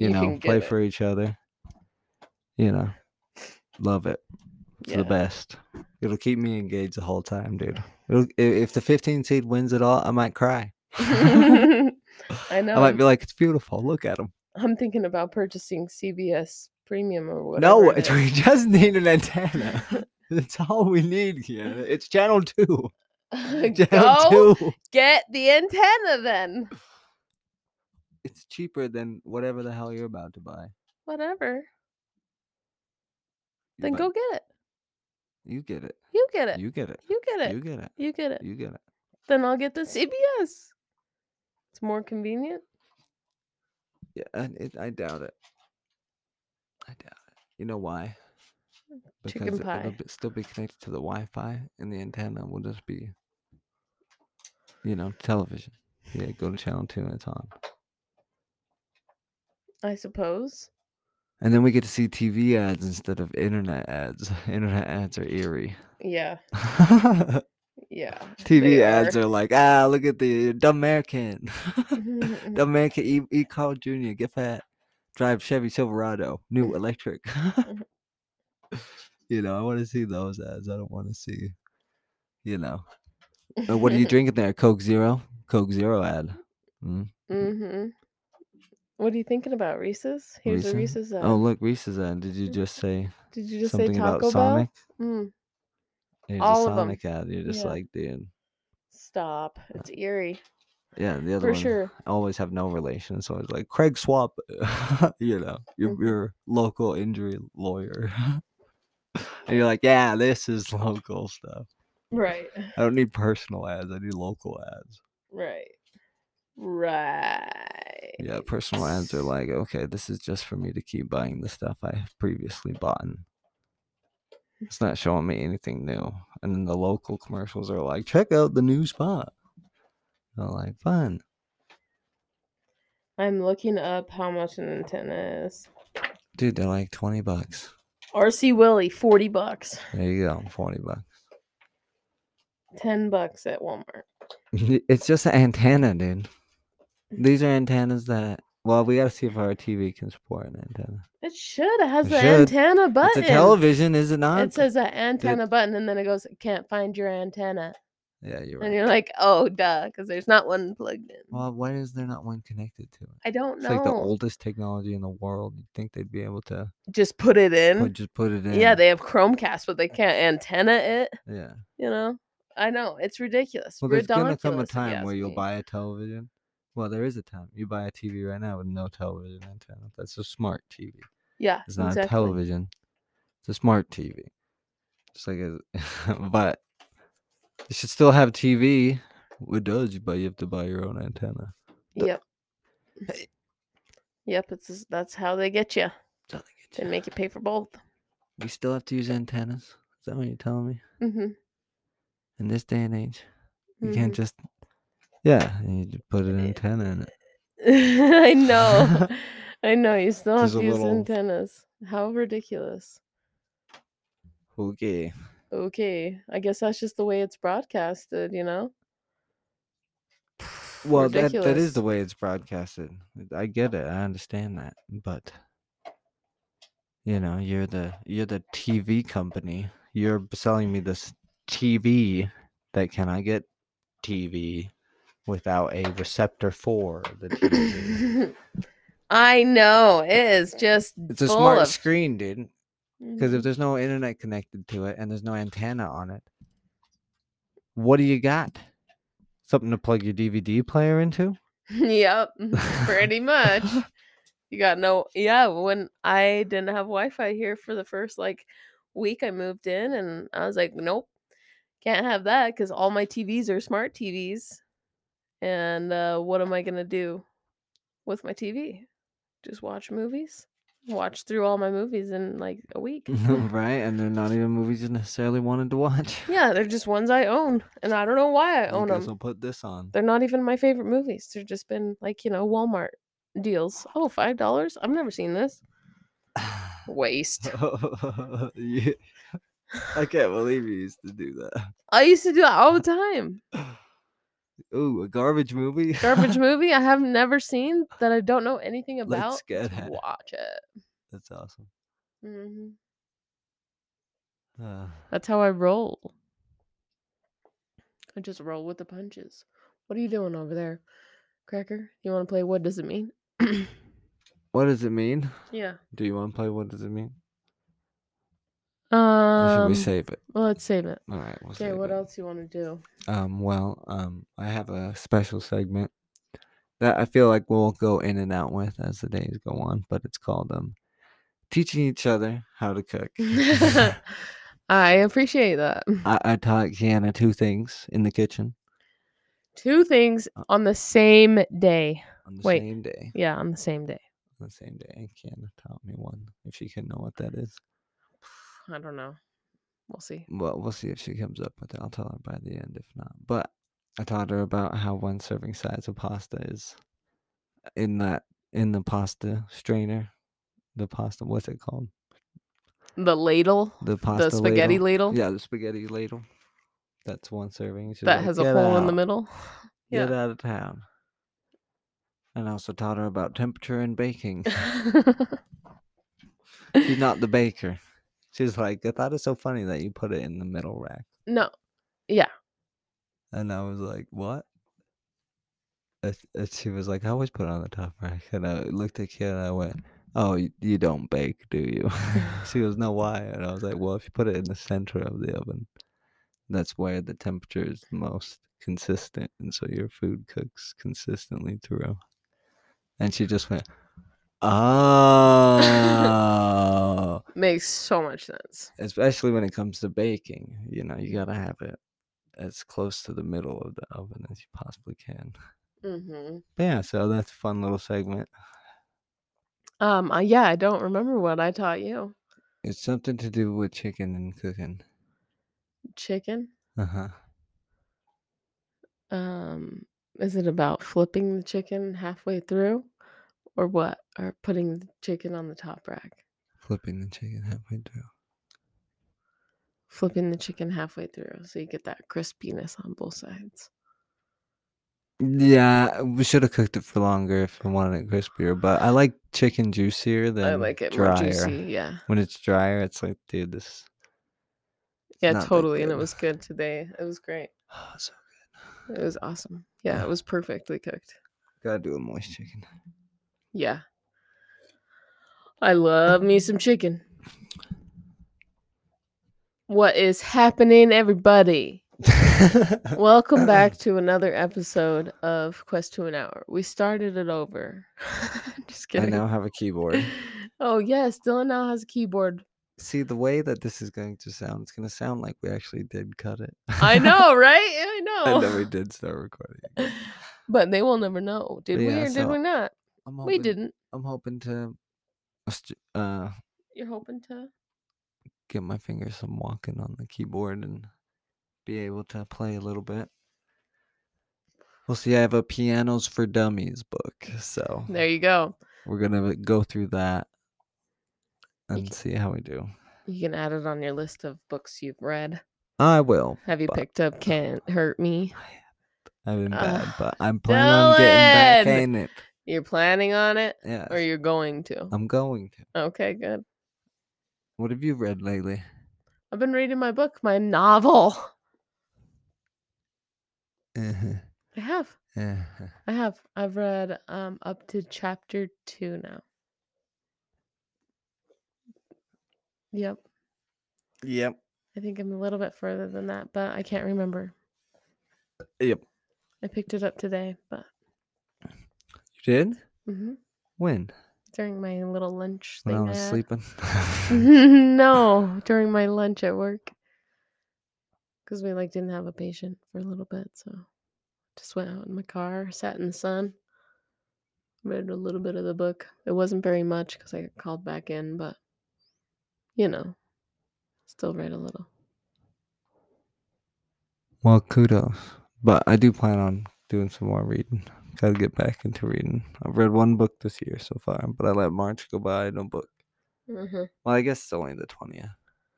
Speaker 2: you, know, play for each other. You know, love it. It's
Speaker 1: Yeah.
Speaker 2: the best. It'll keep me engaged the whole time, dude. It'll, i- if the 15 seed wins it all, I might cry. I
Speaker 1: I know.
Speaker 2: might
Speaker 1: I'm,
Speaker 2: be like, it's beautiful. Look at them.
Speaker 1: I'm thinking about purchasing CBS Premium or whatever.
Speaker 2: No,
Speaker 1: it
Speaker 2: it's,
Speaker 1: is.
Speaker 2: we just need an antenna. That's all we need here. It's channel two. Channel
Speaker 1: Go
Speaker 2: two.
Speaker 1: get the antenna then.
Speaker 2: It's cheaper than whatever the hell you're about to buy.
Speaker 1: Whatever.
Speaker 2: You
Speaker 1: Then
Speaker 2: buy-
Speaker 1: go get it.
Speaker 2: You get it.
Speaker 1: You get it. You,
Speaker 2: You get it.
Speaker 1: get it.
Speaker 2: You
Speaker 1: You,
Speaker 2: get it.
Speaker 1: get it.
Speaker 2: You get it.
Speaker 1: Then I'll get the CBS. It's more convenient.
Speaker 2: Yeah, and it, I doubt it. I doubt it. You know why?
Speaker 1: Mm, Chicken
Speaker 2: Because
Speaker 1: pie.
Speaker 2: it'll be, still be connected to the Wi-Fi, and the antenna will just be, you know, television. Yeah, go to channel two, and it's on.
Speaker 1: I suppose.
Speaker 2: And then we get to see TV ads instead of internet ads. Internet ads are eerie.
Speaker 1: Yeah.
Speaker 2: TV
Speaker 1: Yeah. they
Speaker 2: ads are like, ah, look at the dumb American,
Speaker 1: Mhm.
Speaker 2: dumb American, eat, eat Carl Jr., get fat, drive Chevy Silverado, new electric. you know, I want to see those ads. I don't want to see you know. Uh, what are you drinking there? Coke Zero? Coke Zero ad. Mm.
Speaker 1: mm-hmm. What are you thinking about, Reese's? Here's a
Speaker 2: Reese's?
Speaker 1: Reese's. ad.
Speaker 2: Oh, look, Reese's ad. Did
Speaker 1: Mm-hmm.
Speaker 2: you just say
Speaker 1: Did you just say
Speaker 2: something about
Speaker 1: Taco Bell?
Speaker 2: Sonic?
Speaker 1: Mm,
Speaker 2: Here's
Speaker 1: All
Speaker 2: a
Speaker 1: of 'em.
Speaker 2: Sonic ad. You're just
Speaker 1: Yeah.
Speaker 2: like, dude.
Speaker 1: stop. It's eerie.
Speaker 2: Yeah, Uh, the other
Speaker 1: For
Speaker 2: one
Speaker 1: sure.
Speaker 2: always have no relation. So it's like Craig Swap, you know, your,
Speaker 1: Mhm.
Speaker 2: your local injury lawyer. and you're like, yeah, this is local stuff.
Speaker 1: Right.
Speaker 2: I don't need personal ads. I need local ads.
Speaker 1: Right. Right.
Speaker 2: Yeah, personal ads are like, okay, this is just for me to keep buying the stuff I have previously bought. It's not showing me anything new. And then the local commercials are like, check out the new spot. I'm like, fun.
Speaker 1: I'm looking up how much an antenna is.
Speaker 2: Dude, they're like 20 bucks.
Speaker 1: RC Willie, 40 bucks.
Speaker 2: There you go, 40 bucks.
Speaker 1: 10 bucks at Walmart.
Speaker 2: It's just an antenna, dude. These are antennas that, well, we got to see if our TV can support an antenna.
Speaker 1: It should. It has
Speaker 2: It
Speaker 1: the
Speaker 2: should.
Speaker 1: antenna button.
Speaker 2: It's a television, is it not?
Speaker 1: It says an antenna button, and then it goes, can't find your antenna.
Speaker 2: yeah, you're
Speaker 1: And
Speaker 2: right.
Speaker 1: you're like, oh, duh, because there's not one plugged in.
Speaker 2: Well, why is there not one connected to it?
Speaker 1: I don't
Speaker 2: It's
Speaker 1: know.
Speaker 2: like the oldest technology in the world. You'd think they'd be able to
Speaker 1: Just put it in.
Speaker 2: put, just put it in.
Speaker 1: yeah, they have Chromecast, but they can't antenna it.
Speaker 2: yeah.
Speaker 1: You know, I know it's ridiculous.
Speaker 2: Well, there's gonna come
Speaker 1: Redonkulous,
Speaker 2: a
Speaker 1: if you
Speaker 2: time
Speaker 1: ask
Speaker 2: where you'll
Speaker 1: me.
Speaker 2: buy a television. Well, there is a time you buy a TV right now with no television antenna. That's a smart TV.
Speaker 1: Yeah,
Speaker 2: It's not
Speaker 1: exactly.
Speaker 2: a television. It's a smart TV. It's like a, but you should still have TV. It does, but you have to buy your own antenna. Th-
Speaker 1: Yep. Yep, it's just- that's how they get you.
Speaker 2: So they get
Speaker 1: They
Speaker 2: you.
Speaker 1: make you pay for both.
Speaker 2: We still have to use antennas. Is that what you're telling me?
Speaker 1: hmm
Speaker 2: In this day and age, you
Speaker 1: mm-hmm.
Speaker 2: can't just. Yeah, and you just put an
Speaker 1: Eh,
Speaker 2: antenna in it.
Speaker 1: I know. I know. You still have
Speaker 2: Just a
Speaker 1: to use
Speaker 2: little-
Speaker 1: antennas. How ridiculous.
Speaker 2: Okay.
Speaker 1: Okay, I guess that's just the way it's broadcasted. You know. Pff,
Speaker 2: Well, that, that is
Speaker 1: ridiculous.
Speaker 2: the way it's broadcasted. I get it. I understand that. But you know, you're the you're the TV company. You're b- selling me this TV that can I get TV without a receptor for the TV.
Speaker 1: I know. It is just
Speaker 2: it's a
Speaker 1: full
Speaker 2: smart
Speaker 1: of-
Speaker 2: screen, dude. Because if
Speaker 1: Mhm.
Speaker 2: there's no internet connected to it and there's no antenna on it, what do you got? Something to plug your DVD player into?
Speaker 1: yep, pretty much. You got no yeah, when I didn't have Wi-Fi here for the first like week I moved in and I was like, nope. Can't have that cuz all my TVs are smart TVs. And uh what am I going to do with my TV? Just watch movies? Watch through all my movies in like a week.
Speaker 2: right? And they're not even movies you necessarily wanted to watch.
Speaker 1: yeah, they're just ones I own and I don't know why I own them.
Speaker 2: will put this on.
Speaker 1: They're not even my favorite movies. They've just been like, you know, Walmart deals. Oh, five dollars? I've never seen this. Waste.
Speaker 2: Yeah, I can't believe you used to do that.
Speaker 1: I used to do that all the time.
Speaker 2: Ooh, a garbage movie.
Speaker 1: Garbage movie I have never seen that I don't know anything about.
Speaker 2: Let's get
Speaker 1: Let's
Speaker 2: at it.
Speaker 1: watch it.
Speaker 2: That's awesome.
Speaker 1: hmm
Speaker 2: Uh,
Speaker 1: That's how I roll. I just roll with the punches. What are you doing over there, Cracker? You want to play? What does it mean?
Speaker 2: what does it mean?
Speaker 1: yeah.
Speaker 2: Do you want to play? What does it mean? Or should
Speaker 1: Um.
Speaker 2: we save it?
Speaker 1: well, let's save it.
Speaker 2: All right. We'll
Speaker 1: Okay.
Speaker 2: save
Speaker 1: What
Speaker 2: it.
Speaker 1: else you want to do?
Speaker 2: Um. Well. Um. I have a special segment that I feel like we'll go in and out with as the days go on, but it's called um, teaching each other how to cook.
Speaker 1: I appreciate that.
Speaker 2: I, I taught Kiana two things in the kitchen
Speaker 1: Two things
Speaker 2: uh
Speaker 1: on the same day.
Speaker 2: on the
Speaker 1: Wait.
Speaker 2: same day.
Speaker 1: Yeah, on the same day.
Speaker 2: On the same day, and Kiana taught me one. If she can know what that is,
Speaker 1: I don't know. We'll see.
Speaker 2: well, we'll see if she comes up with it. I'll tell her by the end. If not, but I taught her about how one serving size of pasta is uh, in that in the pasta strainer. The pasta, what's it called?
Speaker 1: The ladle,
Speaker 2: The pasta,
Speaker 1: the spaghetti
Speaker 2: ladle.
Speaker 1: ladle,
Speaker 2: Yeah, the spaghetti ladle. That's one serving. She's
Speaker 1: that
Speaker 2: like,
Speaker 1: has a
Speaker 2: "Get
Speaker 1: hole in the
Speaker 2: out."
Speaker 1: middle.
Speaker 2: get out of town. And I also taught her about temperature and baking. She's not the baker. She's like, I thought it's so funny that you put it in the middle rack.
Speaker 1: no, Yeah.
Speaker 2: And I was like, what? And sh- and she was like, I always put it on the top rack. And I looked at Kira and I went, oh, you, you don't bake, do you? she goes, no, why? And I was like, well, if you put it in the center of the oven, that's where the temperature is the most consistent. And so your food cooks consistently through. And she just went, oh.
Speaker 1: Makes so much sense.
Speaker 2: especially when it comes to baking you know you gotta have it as close to the middle of the oven as you possibly can
Speaker 1: Mm-hmm.
Speaker 2: but yeah so that's a fun little segment
Speaker 1: Um. uh, yeah, I don't remember what I taught you.
Speaker 2: it's something to do with chicken and cooking
Speaker 1: Chicken.
Speaker 2: uh-huh
Speaker 1: Um. Is it about flipping the chicken halfway through, or what? Or putting the chicken on the top rack?
Speaker 2: flipping the chicken halfway through
Speaker 1: Flipping the chicken halfway through, so you get that crispiness on both sides.
Speaker 2: yeah we should have cooked it for longer if i wanted it crispier but i like chicken juicier than
Speaker 1: I like it
Speaker 2: drier
Speaker 1: more juicy. Yeah.
Speaker 2: when it's drier it's like dude this it's
Speaker 1: Yeah,
Speaker 2: not that
Speaker 1: totally. And it
Speaker 2: good.
Speaker 1: was good today. It was great.
Speaker 2: oh, so
Speaker 1: It was awesome. Yeah, it was perfectly cooked.
Speaker 2: gotta do a moist chicken
Speaker 1: Yeah. I love me some chicken. What is happening, everybody? Welcome back to another episode of Quest to an Hour. We started it over. Just
Speaker 2: i
Speaker 1: kidding.
Speaker 2: now have a keyboard
Speaker 1: Oh, yes. Dylan now has a keyboard.
Speaker 2: See the way that this is going to sound, it's going to sound like we actually did cut it.
Speaker 1: I know, right? I know.
Speaker 2: and then we did start recording.
Speaker 1: But they will never know. Did we
Speaker 2: Yeah,
Speaker 1: or did
Speaker 2: so
Speaker 1: we not?
Speaker 2: I'm
Speaker 1: We didn't.
Speaker 2: I'm hoping to st- uh,
Speaker 1: You're hoping to?
Speaker 2: get my fingers some walking on the keyboard and be able to play a little bit. We'll see. I have a Pianos for Dummies book, so
Speaker 1: There you go.
Speaker 2: we're gonna go through that
Speaker 1: You
Speaker 2: and
Speaker 1: ca-
Speaker 2: see how we do.
Speaker 1: You can add it on your list of books you've read.
Speaker 2: I will.
Speaker 1: Have you
Speaker 2: But-
Speaker 1: picked up Can't Hurt Me?
Speaker 2: I've been bad,
Speaker 1: Ah,
Speaker 2: but I'm planning on getting back
Speaker 1: Dylan!
Speaker 2: in it.
Speaker 1: You're planning on it
Speaker 2: Yeah,
Speaker 1: or you're going to?
Speaker 2: I'm going to.
Speaker 1: Okay, good.
Speaker 2: What have you read lately?
Speaker 1: I've been reading my book, my novel.
Speaker 2: Uh-huh.
Speaker 1: I have.
Speaker 2: Uh-huh.
Speaker 1: I have. I've read um up to chapter 2 now. Yep.
Speaker 2: Yep.
Speaker 1: I think I'm a little bit further than that, but I can't remember.
Speaker 2: Yep.
Speaker 1: I picked it up today, but
Speaker 2: You did?
Speaker 1: mhm,
Speaker 2: When?
Speaker 1: during my little lunch
Speaker 2: When
Speaker 1: thing.
Speaker 2: I was
Speaker 1: I had.
Speaker 2: sleeping.
Speaker 1: Mm-hmm. no, during my lunch at work. Because we like didn't have a patient for a little bit, so just went out in my car, sat in the sun, read a little bit of the book. It wasn't very much because I got called back in, but you know, still read a little.
Speaker 2: well, kudos. But I do plan on doing some more reading. Gotta get back into reading. I've read one book this year so far, but I let March go by, no book.
Speaker 1: Mm-hmm.
Speaker 2: Well, I guess it's only the 20th.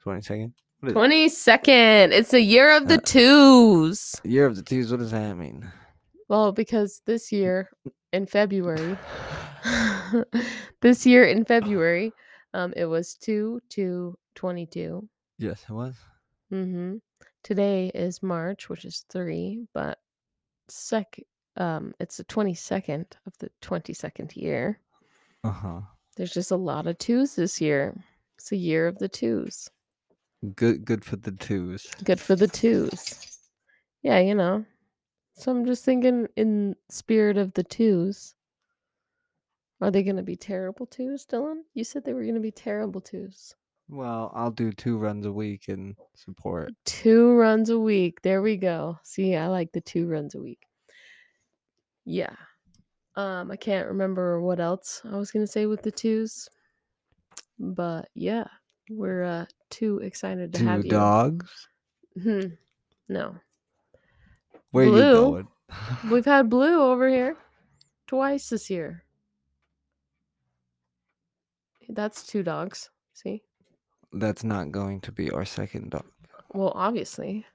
Speaker 2: 22nd? What is it?
Speaker 1: Twenty second. It's the year of the
Speaker 2: Uh,
Speaker 1: twos.
Speaker 2: Year of the Twos, what does that mean?
Speaker 1: Well, because this year in February, this year in February, um, it was two two twenty two.
Speaker 2: yes, it was.
Speaker 1: Mm-hmm. Today is March, which is three, but sec um it's the twenty second of the twenty second year.
Speaker 2: Uh huh.
Speaker 1: There's just a lot of twos this year. It's a year of the twos.
Speaker 2: Good good for the twos.
Speaker 1: Good for the twos. Yeah, you know. So I'm just thinking in spirit of the twos. Are they gonna be terrible twos, Dylan? You said they were gonna be terrible twos.
Speaker 2: Well, I'll do two runs a week in support.
Speaker 1: Two runs a week. There we go. See, I like the two runs a week. Yeah. Um, I can't remember what else I was gonna say with the twos. But yeah, we're uh too excited to
Speaker 2: Two
Speaker 1: have
Speaker 2: dogs?
Speaker 1: you. Hmm. no.
Speaker 2: Where are
Speaker 1: Blue?
Speaker 2: you going?
Speaker 1: We've had blue over here twice this year. That's two dogs. See?
Speaker 2: That's not going to be our second dog.
Speaker 1: Well, obviously.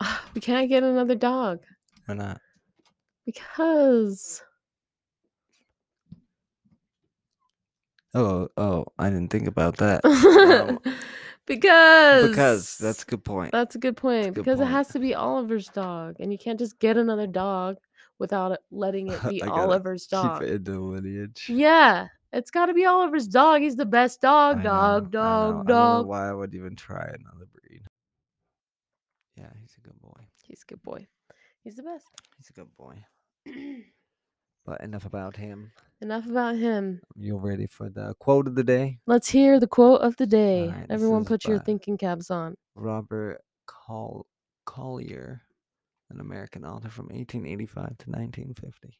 Speaker 1: We can't get another dog
Speaker 2: Or not.
Speaker 1: because
Speaker 2: Oh, oh, I didn't think about that. Wow.
Speaker 1: Because
Speaker 2: Because that's a good point.
Speaker 1: That's a good point
Speaker 2: a good
Speaker 1: because
Speaker 2: point.
Speaker 1: it has to be Oliver's dog, and you can't just get another dog without it- letting it be
Speaker 2: I gotta
Speaker 1: Oliver's dog.
Speaker 2: Keep it in the lineage.
Speaker 1: Yeah, it's got to be Oliver's dog. He's the best dog,
Speaker 2: I
Speaker 1: dog,
Speaker 2: know, I know.
Speaker 1: dog,
Speaker 2: I don't know
Speaker 1: dog.
Speaker 2: why I would even try another breed. Yeah, he's a good boy.
Speaker 1: He's a good boy. He's the best.
Speaker 2: He's a good boy. But enough about him.
Speaker 1: Enough about him.
Speaker 2: You ready for the quote of the day?
Speaker 1: Let's hear the quote of the day.
Speaker 2: right, this
Speaker 1: Everyone,
Speaker 2: is
Speaker 1: put your
Speaker 2: by-
Speaker 1: thinking caps on.
Speaker 2: Robert Col- Collier, an American author from 1885 to 1950.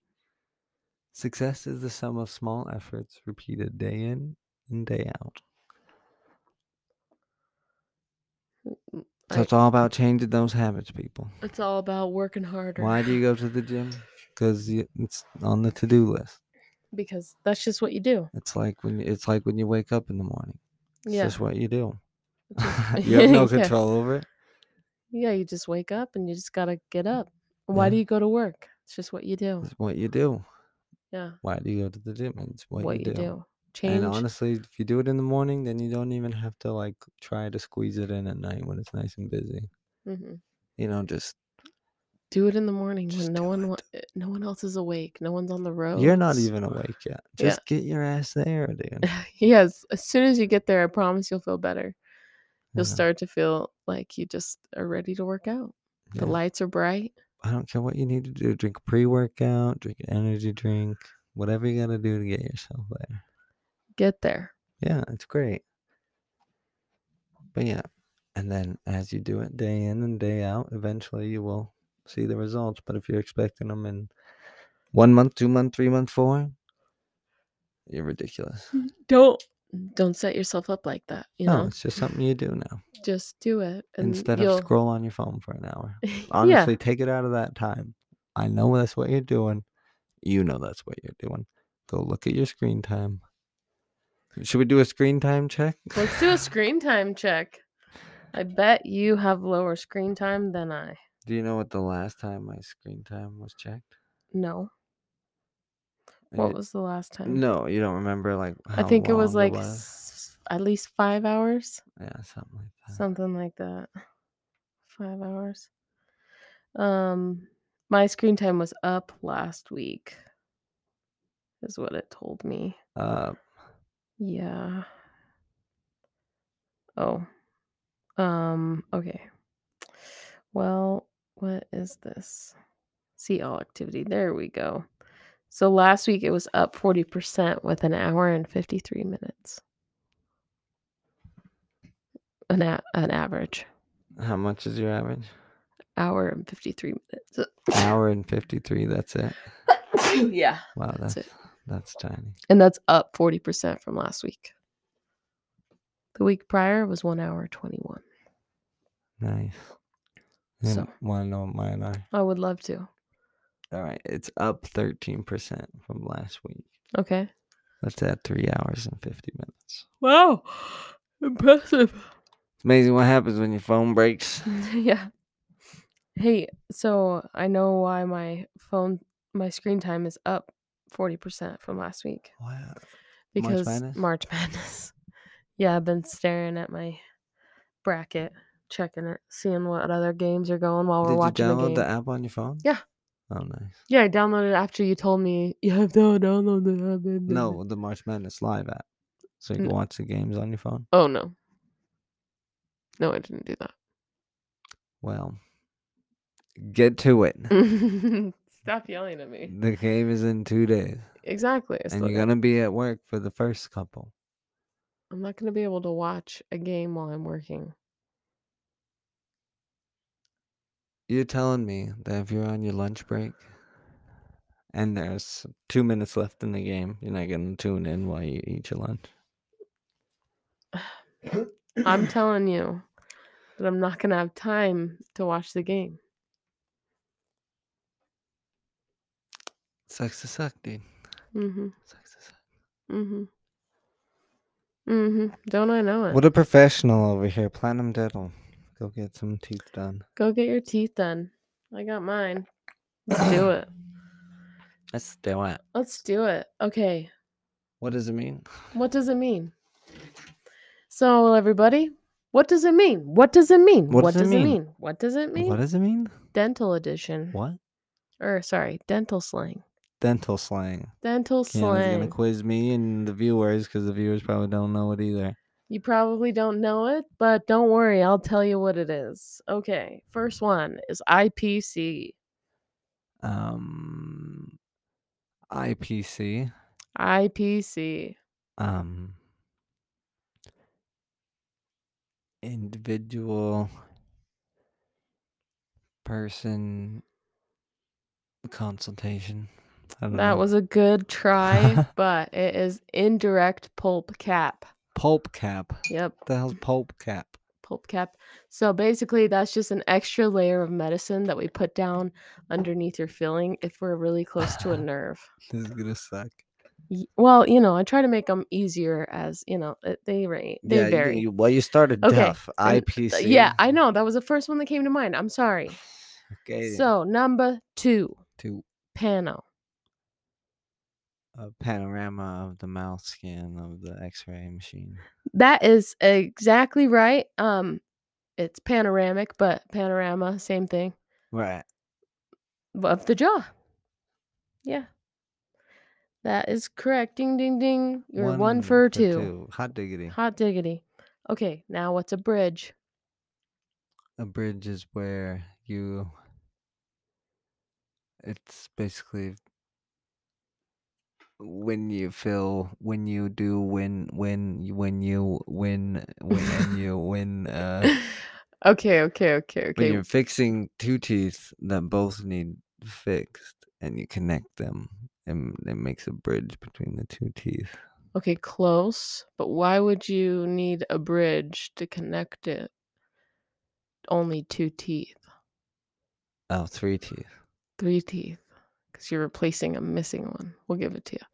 Speaker 2: Success is the sum of small efforts repeated day in and day out. So
Speaker 1: Mm, I-
Speaker 2: it's all about changing those habits, people.
Speaker 1: It's all about working harder.
Speaker 2: Why do you go to the gym? Because it's on the to-do list.
Speaker 1: Because that's just what you do.
Speaker 2: It's like when you, it's like when you wake up in the morning. It's
Speaker 1: Yeah.
Speaker 2: just what you do.
Speaker 1: It's just-
Speaker 2: you have no
Speaker 1: Yeah.
Speaker 2: control over it.
Speaker 1: Yeah, you just wake up and you just gotta get up. Why
Speaker 2: Mm. Yeah.
Speaker 1: do you go to work? It's just what you do.
Speaker 2: It's what you do.
Speaker 1: Yeah,
Speaker 2: Why do you go to the gym? It's what, you, do.
Speaker 1: Change.
Speaker 2: And honestly, if you do it in the morning, then you don't even have to like try to squeeze it in at night when it's nice and busy.
Speaker 1: Mhm.
Speaker 2: You know, just
Speaker 1: Do it in the morning when
Speaker 2: Just
Speaker 1: no
Speaker 2: do
Speaker 1: one wa- uh, no one else is awake. No one's on the road.
Speaker 2: you're not even awake yet.
Speaker 1: Oh, Yeah.
Speaker 2: Just get your ass there, dude. You
Speaker 1: Yes. As soon as you get there, I promise you'll feel better. You'll
Speaker 2: know,
Speaker 1: start to feel like you just are ready to work out. The
Speaker 2: yeah.
Speaker 1: lights are bright.
Speaker 2: I don't care what you need to do. Drink a pre-workout, drink an energy drink, whatever you gotta do to get yourself there.
Speaker 1: Get there.
Speaker 2: Yeah, it's great. But yeah, and then as you do it day in and day out, eventually you will see the results. But if you're expecting them in one month, two month, three month, four, you're ridiculous.
Speaker 1: Mm, Don't don't set yourself up like that. You
Speaker 2: no,
Speaker 1: know,
Speaker 2: it's just something you do now
Speaker 1: just do it. And
Speaker 2: instead
Speaker 1: you'll...
Speaker 2: of scroll on your phone for an hour.
Speaker 1: yeah.
Speaker 2: Honestly, take it out of that time. I know that's what you're doing. You know that's what you're doing. Go look at your screen time. Should we do a screen time check?
Speaker 1: Let's do a screen time check. I bet you have lower screen time than I.
Speaker 2: Do you know what the last time my screen time was checked?
Speaker 1: No.
Speaker 2: And
Speaker 1: What
Speaker 2: it-
Speaker 1: was the last time?
Speaker 2: No, you don't remember like.
Speaker 1: I
Speaker 2: how
Speaker 1: think it was
Speaker 2: long
Speaker 1: like s- at least five hours,
Speaker 2: Yeah, something like that.
Speaker 1: something like that. Five hours. Um, my screen time was up last week, is what it told me.
Speaker 2: uh,
Speaker 1: Yeah. Oh. Um, okay. Well, what is this? See all activity. There we go. So last week it was up 40% with an hour and 53 minutes. An a- an average
Speaker 2: how much is your average?
Speaker 1: hour and 53 minutes.
Speaker 2: Hour and fifty-three. That's it.
Speaker 1: yeah.
Speaker 2: Wow, that's
Speaker 1: That's
Speaker 2: that's, tiny.
Speaker 1: And that's up 40% from last week. The week prior was 1 hour 21.
Speaker 2: Nice.
Speaker 1: So-
Speaker 2: want to know what mine are?
Speaker 1: I would love to.
Speaker 2: All right, it's up thirteen percent from last week.
Speaker 1: Okay.
Speaker 2: That's at three hours and fifty minutes.
Speaker 1: Wow. Impressive.
Speaker 2: It's amazing what happens when your phone breaks.
Speaker 1: yeah. Hey, so I know why my phone my screen time is up 40% from last week
Speaker 2: Wow. March
Speaker 1: because
Speaker 2: Madness?
Speaker 1: March Madness. yeah, I've been staring at my bracket, checking it, seeing what other games are going while we're
Speaker 2: Did you
Speaker 1: watching the
Speaker 2: download
Speaker 1: game.
Speaker 2: the app on your phone?
Speaker 1: Yeah.
Speaker 2: Oh, nice.
Speaker 1: yeah, I downloaded it after you told me you have to download the app, blah, blah, blah."
Speaker 2: No, the March Madness live app, so you
Speaker 1: N-
Speaker 2: can watch the games on your phone.
Speaker 1: Oh no. No, I didn't do
Speaker 2: Well, get to it.
Speaker 1: that. Stop yelling at me.
Speaker 2: The game is in two days,
Speaker 1: Exactly. I
Speaker 2: and
Speaker 1: still
Speaker 2: you're
Speaker 1: got-
Speaker 2: gonna be at work for the first couple.
Speaker 1: I'm not going to be able to watch a game while I'm working.
Speaker 2: You're telling me that if you're on your lunch break, and there's two minutes left in the game, you're not gonna tune in while you eat your lunch.
Speaker 1: I'm telling you that I'm not going to have time to watch the game.
Speaker 2: Sucks to suck, dude.
Speaker 1: Mhm.
Speaker 2: Sucks to suck.
Speaker 1: Mhm. Mhm. Don't I know it?
Speaker 2: What a professional over here, Platinum Dental. Go get some teeth done.
Speaker 1: Go get your teeth done. I got mine. Let's do it.
Speaker 2: Let's do it.
Speaker 1: Let's do it. Okay.
Speaker 2: What does it mean?
Speaker 1: What does it mean? So, everybody, What does it mean? What does it mean?
Speaker 2: What does it mean?
Speaker 1: What does it mean?
Speaker 2: What does it mean?
Speaker 1: dental edition.
Speaker 2: What?
Speaker 1: Or sorry, dental slang.
Speaker 2: Dental slang.
Speaker 1: Dental
Speaker 2: Kiana's
Speaker 1: slang.
Speaker 2: gonna quiz me and the viewers because the viewers probably don't know it either.
Speaker 1: You probably don't know it, but don't worry, I'll tell you what it is. Okay, first one is IPC.
Speaker 2: Um, IPC.
Speaker 1: IPC.
Speaker 2: Um, individual person consultation. I don't
Speaker 1: That
Speaker 2: know.
Speaker 1: was a good try, but it is indirect pulp cap.
Speaker 2: pulp cap.
Speaker 1: Yep,
Speaker 2: the hell's pulp cap?
Speaker 1: pulp cap. So basically, that's just an extra layer of medicine that we put down underneath your filling if we're really close to a nerve.
Speaker 2: This is gonna suck.
Speaker 1: Y- Well, you know, I try to make them easier as you know it- they ra- they
Speaker 2: you-
Speaker 1: vary.
Speaker 2: you- well, you started
Speaker 1: Okay,
Speaker 2: deaf.
Speaker 1: and, uh,
Speaker 2: IPC.
Speaker 1: Yeah, I know that was the first one that came to mind. I'm sorry.
Speaker 2: Okay. then.
Speaker 1: So number two,
Speaker 2: to
Speaker 1: pano.
Speaker 2: a panorama of the mouth scan of the X-ray machine.
Speaker 1: That is exactly right. Um, it's panoramic, but panorama, same thing
Speaker 2: Right.
Speaker 1: of the jaw. Yeah, that is correct. Ding ding ding. You're one, for, two.
Speaker 2: Hot diggity.
Speaker 1: Hot diggity. Okay, now what's a bridge?
Speaker 2: A bridge is where you. It's basically when you feel when you do when when you- when you when when and you when uh
Speaker 1: okay, okay, okay,
Speaker 2: when
Speaker 1: okay.
Speaker 2: you're fixing two teeth that both need fixed and you connect them and it makes a bridge between the two teeth
Speaker 1: Okay, close. But why would you need a bridge to connect it? Only two teeth,
Speaker 2: oh three teeth
Speaker 1: three teeth, because you're replacing a missing one. We'll give it to you.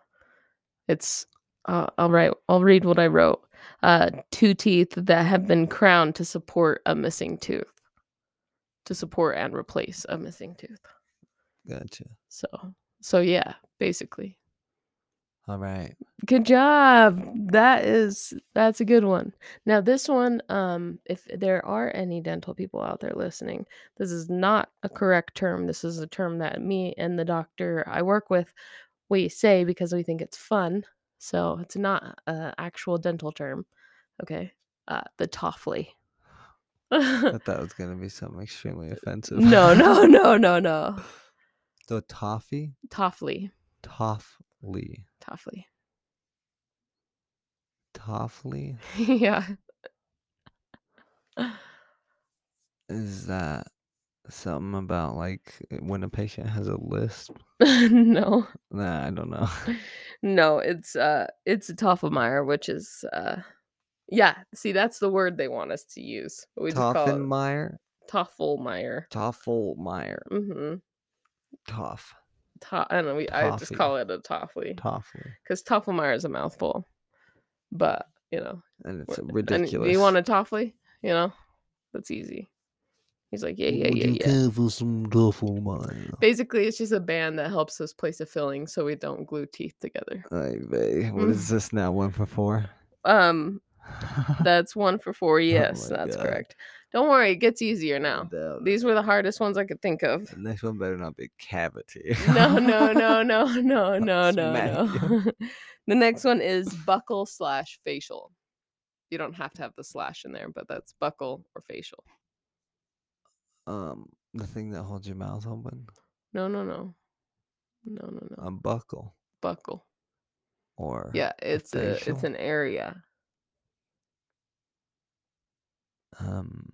Speaker 1: It's. Uh, I'll write. I'll read what I wrote. Uh, two teeth that have been crowned to support a missing tooth, to support and replace a missing tooth.
Speaker 2: Gotcha.
Speaker 1: So, so yeah, basically.
Speaker 2: All right.
Speaker 1: good job that is that's a good one now this one um if there are any dental people out there listening this is not a correct term this is a term that me and the doctor i work with we say because we think it's fun so it's not an actual dental term okay uh the toffley
Speaker 2: I thought it was gonna be something extremely offensive.
Speaker 1: no no no no no
Speaker 2: The toffee,
Speaker 1: toffley
Speaker 2: toffly,
Speaker 1: toffley
Speaker 2: toffly
Speaker 1: yeah
Speaker 2: is that something about like when a patient has a lisp?
Speaker 1: no
Speaker 2: Nah, I don't know.
Speaker 1: No, it's uh it's a Toffenmeyer, which is uh yeah, see that's the word they want us to use. but We just call it
Speaker 2: Toffenmeyer,
Speaker 1: Toffelmeyer.
Speaker 2: Toffelmeyer,
Speaker 1: Mm-hmm.
Speaker 2: Toff,
Speaker 1: To- I don't know, we, I just
Speaker 2: Toffee.
Speaker 1: call it a Toffley.
Speaker 2: Toffly,
Speaker 1: Because Toffelmeyer is a mouthful. But you know
Speaker 2: and it's
Speaker 1: Wha- and
Speaker 2: ridiculous.
Speaker 1: you want a Toffley? You know? That's easy. He's like, Yeah, yeah,
Speaker 2: Would
Speaker 1: yeah,
Speaker 2: you
Speaker 1: yeah.
Speaker 2: care for some Toffelmeyer?
Speaker 1: Basically it's just a band that helps us place a filling so we don't glue teeth together.
Speaker 2: Ay, vey, what is
Speaker 1: Mm-hmm.
Speaker 2: this now? One for four.
Speaker 1: Um that's one for four, yes,
Speaker 2: Oh my
Speaker 1: that's
Speaker 2: God.
Speaker 1: correct. Don't worry, it gets easier now.
Speaker 2: Down.
Speaker 1: These were the hardest ones I could think of.
Speaker 2: The next one better not be cavity.
Speaker 1: No, no, no, no, no, no, no,
Speaker 2: Smack
Speaker 1: no. the next one is buckle slash facial. You don't have to have the slash in there, but that's buckle or facial.
Speaker 2: um, the thing that holds your mouth open,
Speaker 1: No, no, no. No, no, no.
Speaker 2: a buckle,
Speaker 1: Buckle.
Speaker 2: or
Speaker 1: Oh. Yeah, it's a, it's
Speaker 2: facial?
Speaker 1: an area.
Speaker 2: um,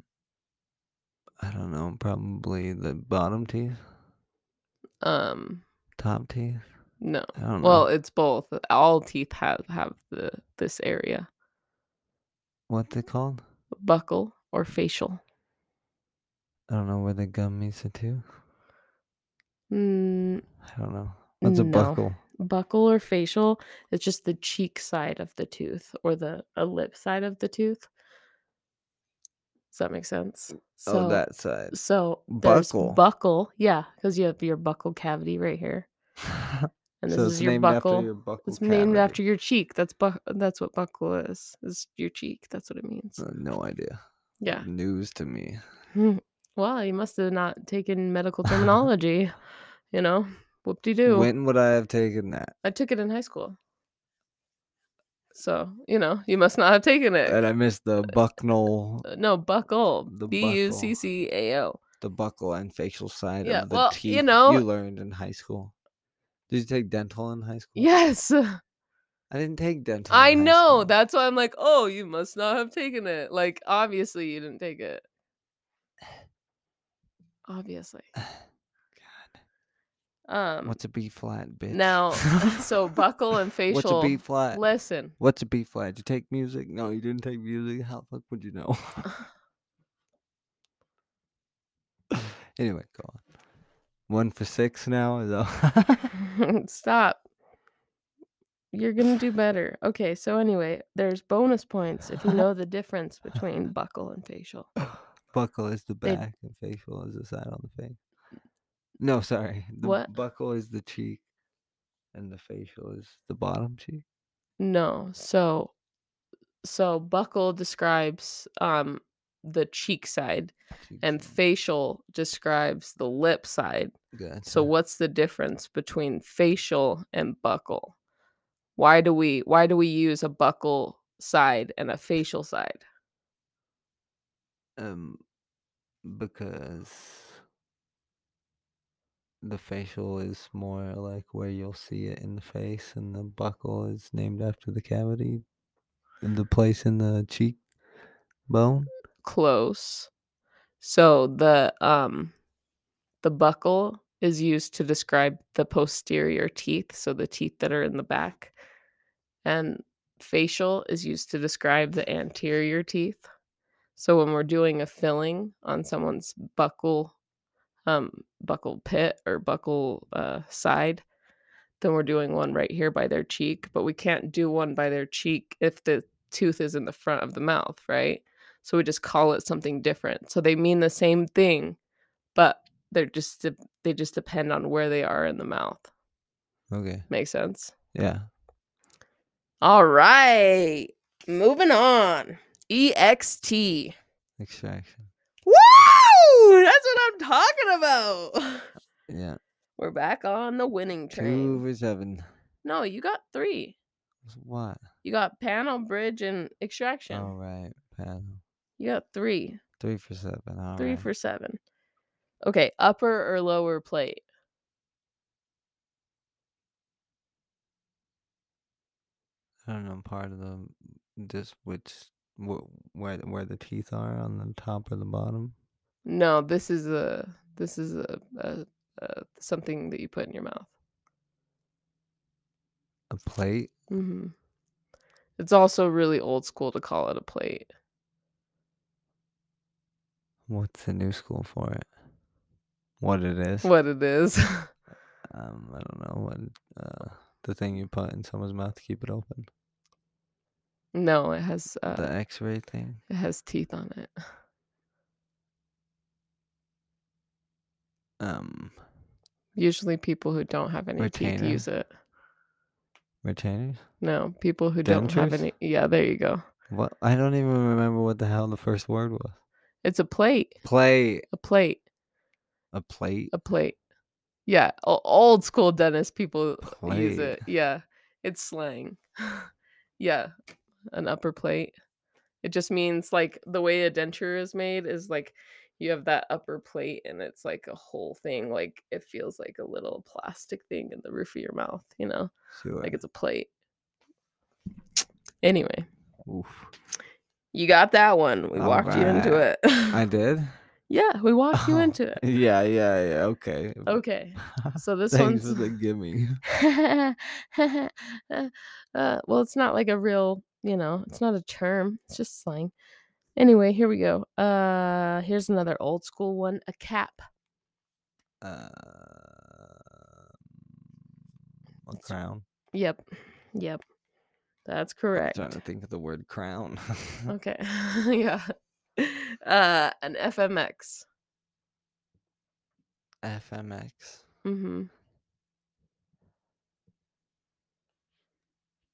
Speaker 2: I don't know, probably the bottom teeth,
Speaker 1: Um,
Speaker 2: top teeth.
Speaker 1: no.
Speaker 2: I don't
Speaker 1: Oh, Well,
Speaker 2: know
Speaker 1: it's both. All teeth have have the this area,
Speaker 2: what they called.
Speaker 1: buckle or facial.
Speaker 2: I don't know where the gum meets the tooth.
Speaker 1: Mm,
Speaker 2: I don't know. That's a
Speaker 1: No.
Speaker 2: buckle.
Speaker 1: buckle or facial it's just the cheek side of the tooth or the a lip side of the tooth does that make sense
Speaker 2: oh, that side.
Speaker 1: so there's
Speaker 2: Buckle.
Speaker 1: buckle yeah because you have your buccal cavity right here and this
Speaker 2: so it's
Speaker 1: is your
Speaker 2: named
Speaker 1: buckle
Speaker 2: after your buckle.
Speaker 1: it's named
Speaker 2: cavity.
Speaker 1: after your cheek that's bu- that's what buckle is is your cheek that's what it means
Speaker 2: Uh, no idea.
Speaker 1: Yeah.
Speaker 2: news to me.
Speaker 1: Hmm. Well, you must have not taken medical terminology. you know, whoop de doo.
Speaker 2: When would I have taken that?
Speaker 1: I took it in high school. So, you know, you must not have taken it.
Speaker 2: And I missed the
Speaker 1: Eh.
Speaker 2: Bucknell,
Speaker 1: Uh, no, buckle.
Speaker 2: The buckle.
Speaker 1: B U C C A O.
Speaker 2: the buckle and facial side
Speaker 1: Yeah,
Speaker 2: of the
Speaker 1: well, you
Speaker 2: teeth
Speaker 1: know-
Speaker 2: you learned in high school. Did you take dental in high school?
Speaker 1: Yes.
Speaker 2: I didn't take dental.
Speaker 1: I
Speaker 2: in high
Speaker 1: know.
Speaker 2: school.
Speaker 1: That's why I'm like, oh, you must not have taken it. Like, obviously, you didn't take it. Obviously. Um,
Speaker 2: What's a B flat, bitch?
Speaker 1: now, so buckle and
Speaker 2: What's
Speaker 1: facial.
Speaker 2: a B flat?
Speaker 1: Listen,
Speaker 2: What's a B flat? Did you take music? No, you didn't take music. How the fuck would you know? anyway, go on. One for six now. Is that...
Speaker 1: stop. You're going to do better. Okay. So, anyway, there's bonus points if you know the difference between buckle and facial.
Speaker 2: buckle is the
Speaker 1: They-
Speaker 2: back and facial is the side on the face. No, sorry. The
Speaker 1: What?
Speaker 2: Buckle is the cheek, and the facial is the bottom cheek.
Speaker 1: No. So so buckle describes um the cheek side
Speaker 2: cheek
Speaker 1: and
Speaker 2: side.
Speaker 1: facial describes the lip side.
Speaker 2: Gotcha.
Speaker 1: So what's the difference between facial and buckle? Why do we why do we use a buckle side and a facial side?
Speaker 2: Um, because the facial is more like where you'll see it in the face, and the buckle is named after the cavity, in the place in the cheek bone.
Speaker 1: Close. So the um the buckle is used to describe the posterior teeth, so the teeth that are in the back. And facial is used to describe the anterior teeth. So when we're doing a filling on someone's buckle um buckle pit or buckle uh side, then we're doing one right here by their cheek, but we can't do one by their cheek if the tooth is in the front of the mouth, right? So we just call it something different. So they mean the same thing, but they're just de- they just depend on where they are in the mouth.
Speaker 2: Okay.
Speaker 1: Make sense?
Speaker 2: Yeah.
Speaker 1: All right. Moving on. E EXT.
Speaker 2: Extraction.
Speaker 1: Woo! That's what I'm talking about.
Speaker 2: Yeah.
Speaker 1: We're back on the winning
Speaker 2: Two
Speaker 1: train.
Speaker 2: for seven.
Speaker 1: No, you got 3.
Speaker 2: What?
Speaker 1: You got panel bridge and extraction.
Speaker 2: All right, panel.
Speaker 1: You got 3.
Speaker 2: Three for seven. All
Speaker 1: three
Speaker 2: right.
Speaker 1: for seven. Okay, upper or lower plate?
Speaker 2: I don't know part of the just which wh- where the- where the teeth are on the top or the bottom.
Speaker 1: No, this is a this is a, a, a something that you put in your mouth.
Speaker 2: A plate.
Speaker 1: hmm It's also really old school to call it a plate.
Speaker 2: What's the new school for it? What it is?
Speaker 1: What it is?
Speaker 2: Um, I don't know. What uh, the thing you put in someone's mouth to keep it open?
Speaker 1: no, it has uh,
Speaker 2: the X-ray thing.
Speaker 1: it has teeth on it.
Speaker 2: Um,
Speaker 1: Usually, people who don't have any teeth
Speaker 2: Retainer.
Speaker 1: use it.
Speaker 2: retainers.
Speaker 1: No, people who don't have
Speaker 2: Dentures?
Speaker 1: any. Yeah, there you go.
Speaker 2: What? I don't even remember what the hell the first word was.
Speaker 1: It's a plate.
Speaker 2: Plate.
Speaker 1: A plate.
Speaker 2: A plate.
Speaker 1: a plate. Yeah, o- old school dentist people use
Speaker 2: Plate.
Speaker 1: it. Yeah, it's slang. yeah, an upper plate. It just means like the way a denture is made is like you have that upper plate and it's like a whole thing. Like it feels like a little plastic thing in the roof of your mouth, you know,
Speaker 2: sure.
Speaker 1: like it's a plate. Anyway,
Speaker 2: Oof.
Speaker 1: you got that one. We
Speaker 2: All
Speaker 1: walked you into
Speaker 2: right.
Speaker 1: it.
Speaker 2: I did.
Speaker 1: yeah, we walked you
Speaker 2: Oh,
Speaker 1: into it.
Speaker 2: Yeah. Yeah. Yeah. Okay.
Speaker 1: Okay, so this
Speaker 2: Thanks
Speaker 1: one's
Speaker 2: for the gimme.
Speaker 1: uh, well, it's not like a real, you know, it's not a term. It's just slang. Anyway, here we go. Uh, here's another old school one: a cap.
Speaker 2: Uh, a crown.
Speaker 1: Yep, yep, that's
Speaker 2: I'm
Speaker 1: correct.
Speaker 2: trying to think of the word crown.
Speaker 1: Okay, yeah. Uh, an FMX.
Speaker 2: FMX.
Speaker 1: Mm-hmm.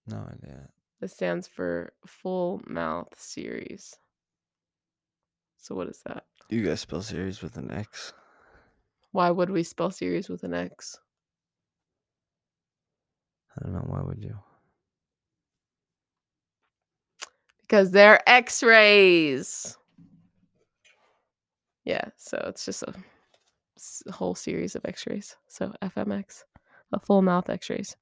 Speaker 2: No idea.
Speaker 1: This stands for Full Mouth Series. So what is that?
Speaker 2: Do you guys spell series with an X?
Speaker 1: Why would we spell series with an X?
Speaker 2: I don't know. Why would you?
Speaker 1: Because they're X-rays. Yeah, so it's just a s- whole series of X-rays. So FMX, a full mouth X-rays,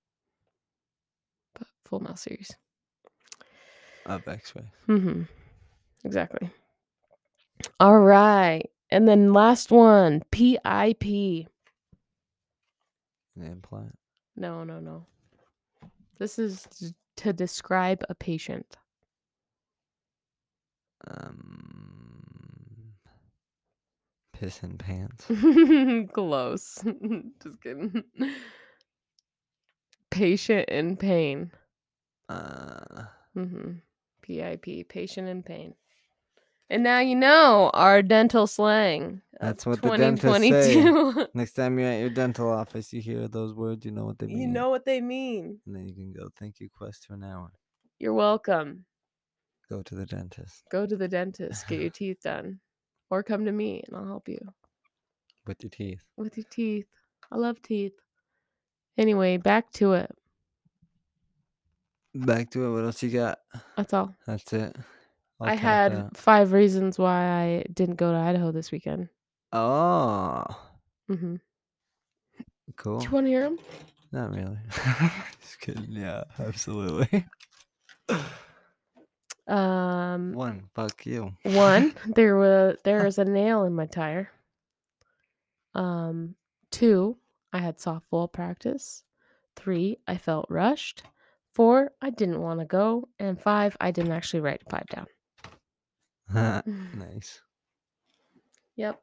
Speaker 1: but full mouth series.
Speaker 2: Of X-ray.
Speaker 1: Mm-hmm. Exactly. All right, and then last one, PIP.
Speaker 2: An implant.
Speaker 1: No, no, no. This is d- to describe a patient.
Speaker 2: Um. Piss and pants.
Speaker 1: Close. Just kidding. Patient in pain.
Speaker 2: Uh.
Speaker 1: Mm-hmm. PIP, patient in pain. And now you know our dental slang. of
Speaker 2: That's what the dentist say.
Speaker 1: 2022.
Speaker 2: Next time you're at your dental office, you hear those words, you know what they mean.
Speaker 1: you know what they mean.
Speaker 2: And then you can go, thank you, Quest, for an hour.
Speaker 1: You're welcome.
Speaker 2: Go to the dentist
Speaker 1: Go to the dentist, get your teeth done, or come to me and I'll help you.
Speaker 2: with your teeth.
Speaker 1: with your teeth. I love teeth. Anyway, back to it.
Speaker 2: Back to it. What else you got?
Speaker 1: That's all.
Speaker 2: That's it. I'll
Speaker 1: I
Speaker 2: tap
Speaker 1: had
Speaker 2: out.
Speaker 1: five reasons why I didn't go to Idaho this weekend.
Speaker 2: Oh,
Speaker 1: hmm
Speaker 2: cool.
Speaker 1: Do you want to hear them?
Speaker 2: Not really. Just kidding. Yeah, absolutely.
Speaker 1: Mm. Um,
Speaker 2: One, fuck you.
Speaker 1: one, there was
Speaker 2: uh
Speaker 1: there was a nail in my tire. Um, two, I had softball practice. Three, I felt rushed. Four, I didn't want to go, and five, I didn't actually write a pipe down.
Speaker 2: nice.
Speaker 1: Yep,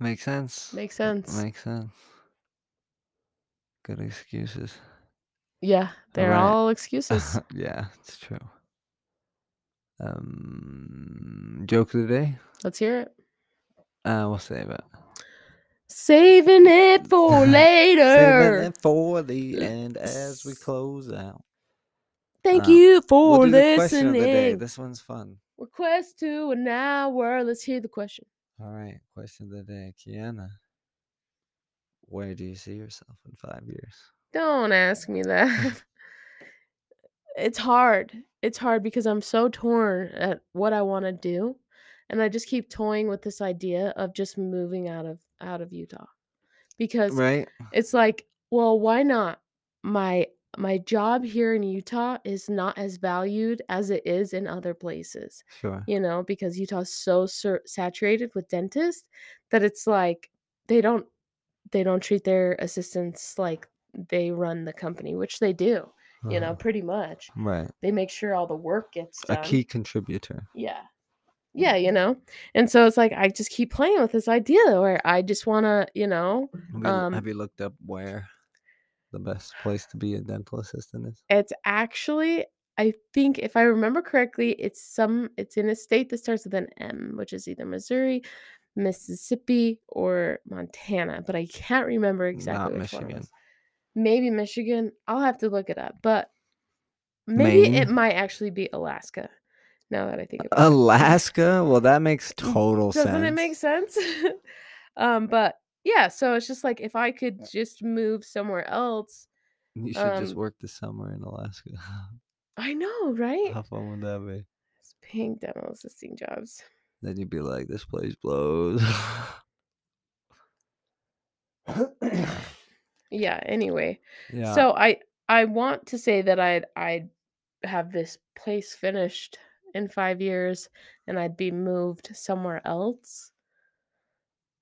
Speaker 2: Makes sense.
Speaker 1: makes sense.
Speaker 2: Makes sense. Good excuses.
Speaker 1: yeah, they're
Speaker 2: Alright.
Speaker 1: all excuses.
Speaker 2: yeah, it's true. Um, joke of the day.
Speaker 1: Let's hear it.
Speaker 2: Uh, we'll save it.
Speaker 1: Saving it for later.
Speaker 2: Saving it for the end as we
Speaker 1: s-
Speaker 2: close out.
Speaker 1: Thank
Speaker 2: Uh,
Speaker 1: you for
Speaker 2: We'll do the question
Speaker 1: listening.
Speaker 2: of the day. This one's fun.
Speaker 1: Request to an hour. Let's hear the question.
Speaker 2: All right, question of the day, Kiana. Where do you see yourself in five years?
Speaker 1: Don't ask me that. it's hard. It's hard because I'm so torn at what I want to do, and I just keep toying with this idea of just moving out of out of Utah because
Speaker 2: Right?
Speaker 1: it's like well why not my my job here in utah is not as valued as it is in other places
Speaker 2: Sure.
Speaker 1: you know because utah's so sur- saturated with dentists that it's like they don't they don't treat their assistants like they run the company which they do you know
Speaker 2: Uh-huh.
Speaker 1: pretty much
Speaker 2: Right.
Speaker 1: they make sure all the work gets done
Speaker 2: A key contributor.
Speaker 1: yeah yeah you know and so it's like i just keep playing with this idea where i just want to you know
Speaker 2: Have you,
Speaker 1: Um,
Speaker 2: have you looked up where the best place to be a dental assistant is?
Speaker 1: It's actually, I think, if I remember correctly, it's some. It's in a state that starts with an M, which is either Missouri, Mississippi, or Montana. But I can't remember exactly
Speaker 2: Not
Speaker 1: which one. it
Speaker 2: Michigan.
Speaker 1: was. Maybe Michigan. I'll have to look it up. But maybe it
Speaker 2: Maine?
Speaker 1: might actually be Alaska. Now that I think about it,
Speaker 2: Alaska? Well, that makes total
Speaker 1: Mm, doesn't
Speaker 2: sense.
Speaker 1: it make sense? um, but yeah. So it's just like if I could just move somewhere else.
Speaker 2: You should just
Speaker 1: Um,
Speaker 2: work the summer in Alaska.
Speaker 1: I know, right?
Speaker 2: How fun would that be?
Speaker 1: It's paying dental assisting jobs.
Speaker 2: Then you'd be like, this place blows.
Speaker 1: yeah anyway
Speaker 2: yeah.
Speaker 1: so i i want to say that i'd i'd have this place finished in five years and i'd be moved somewhere else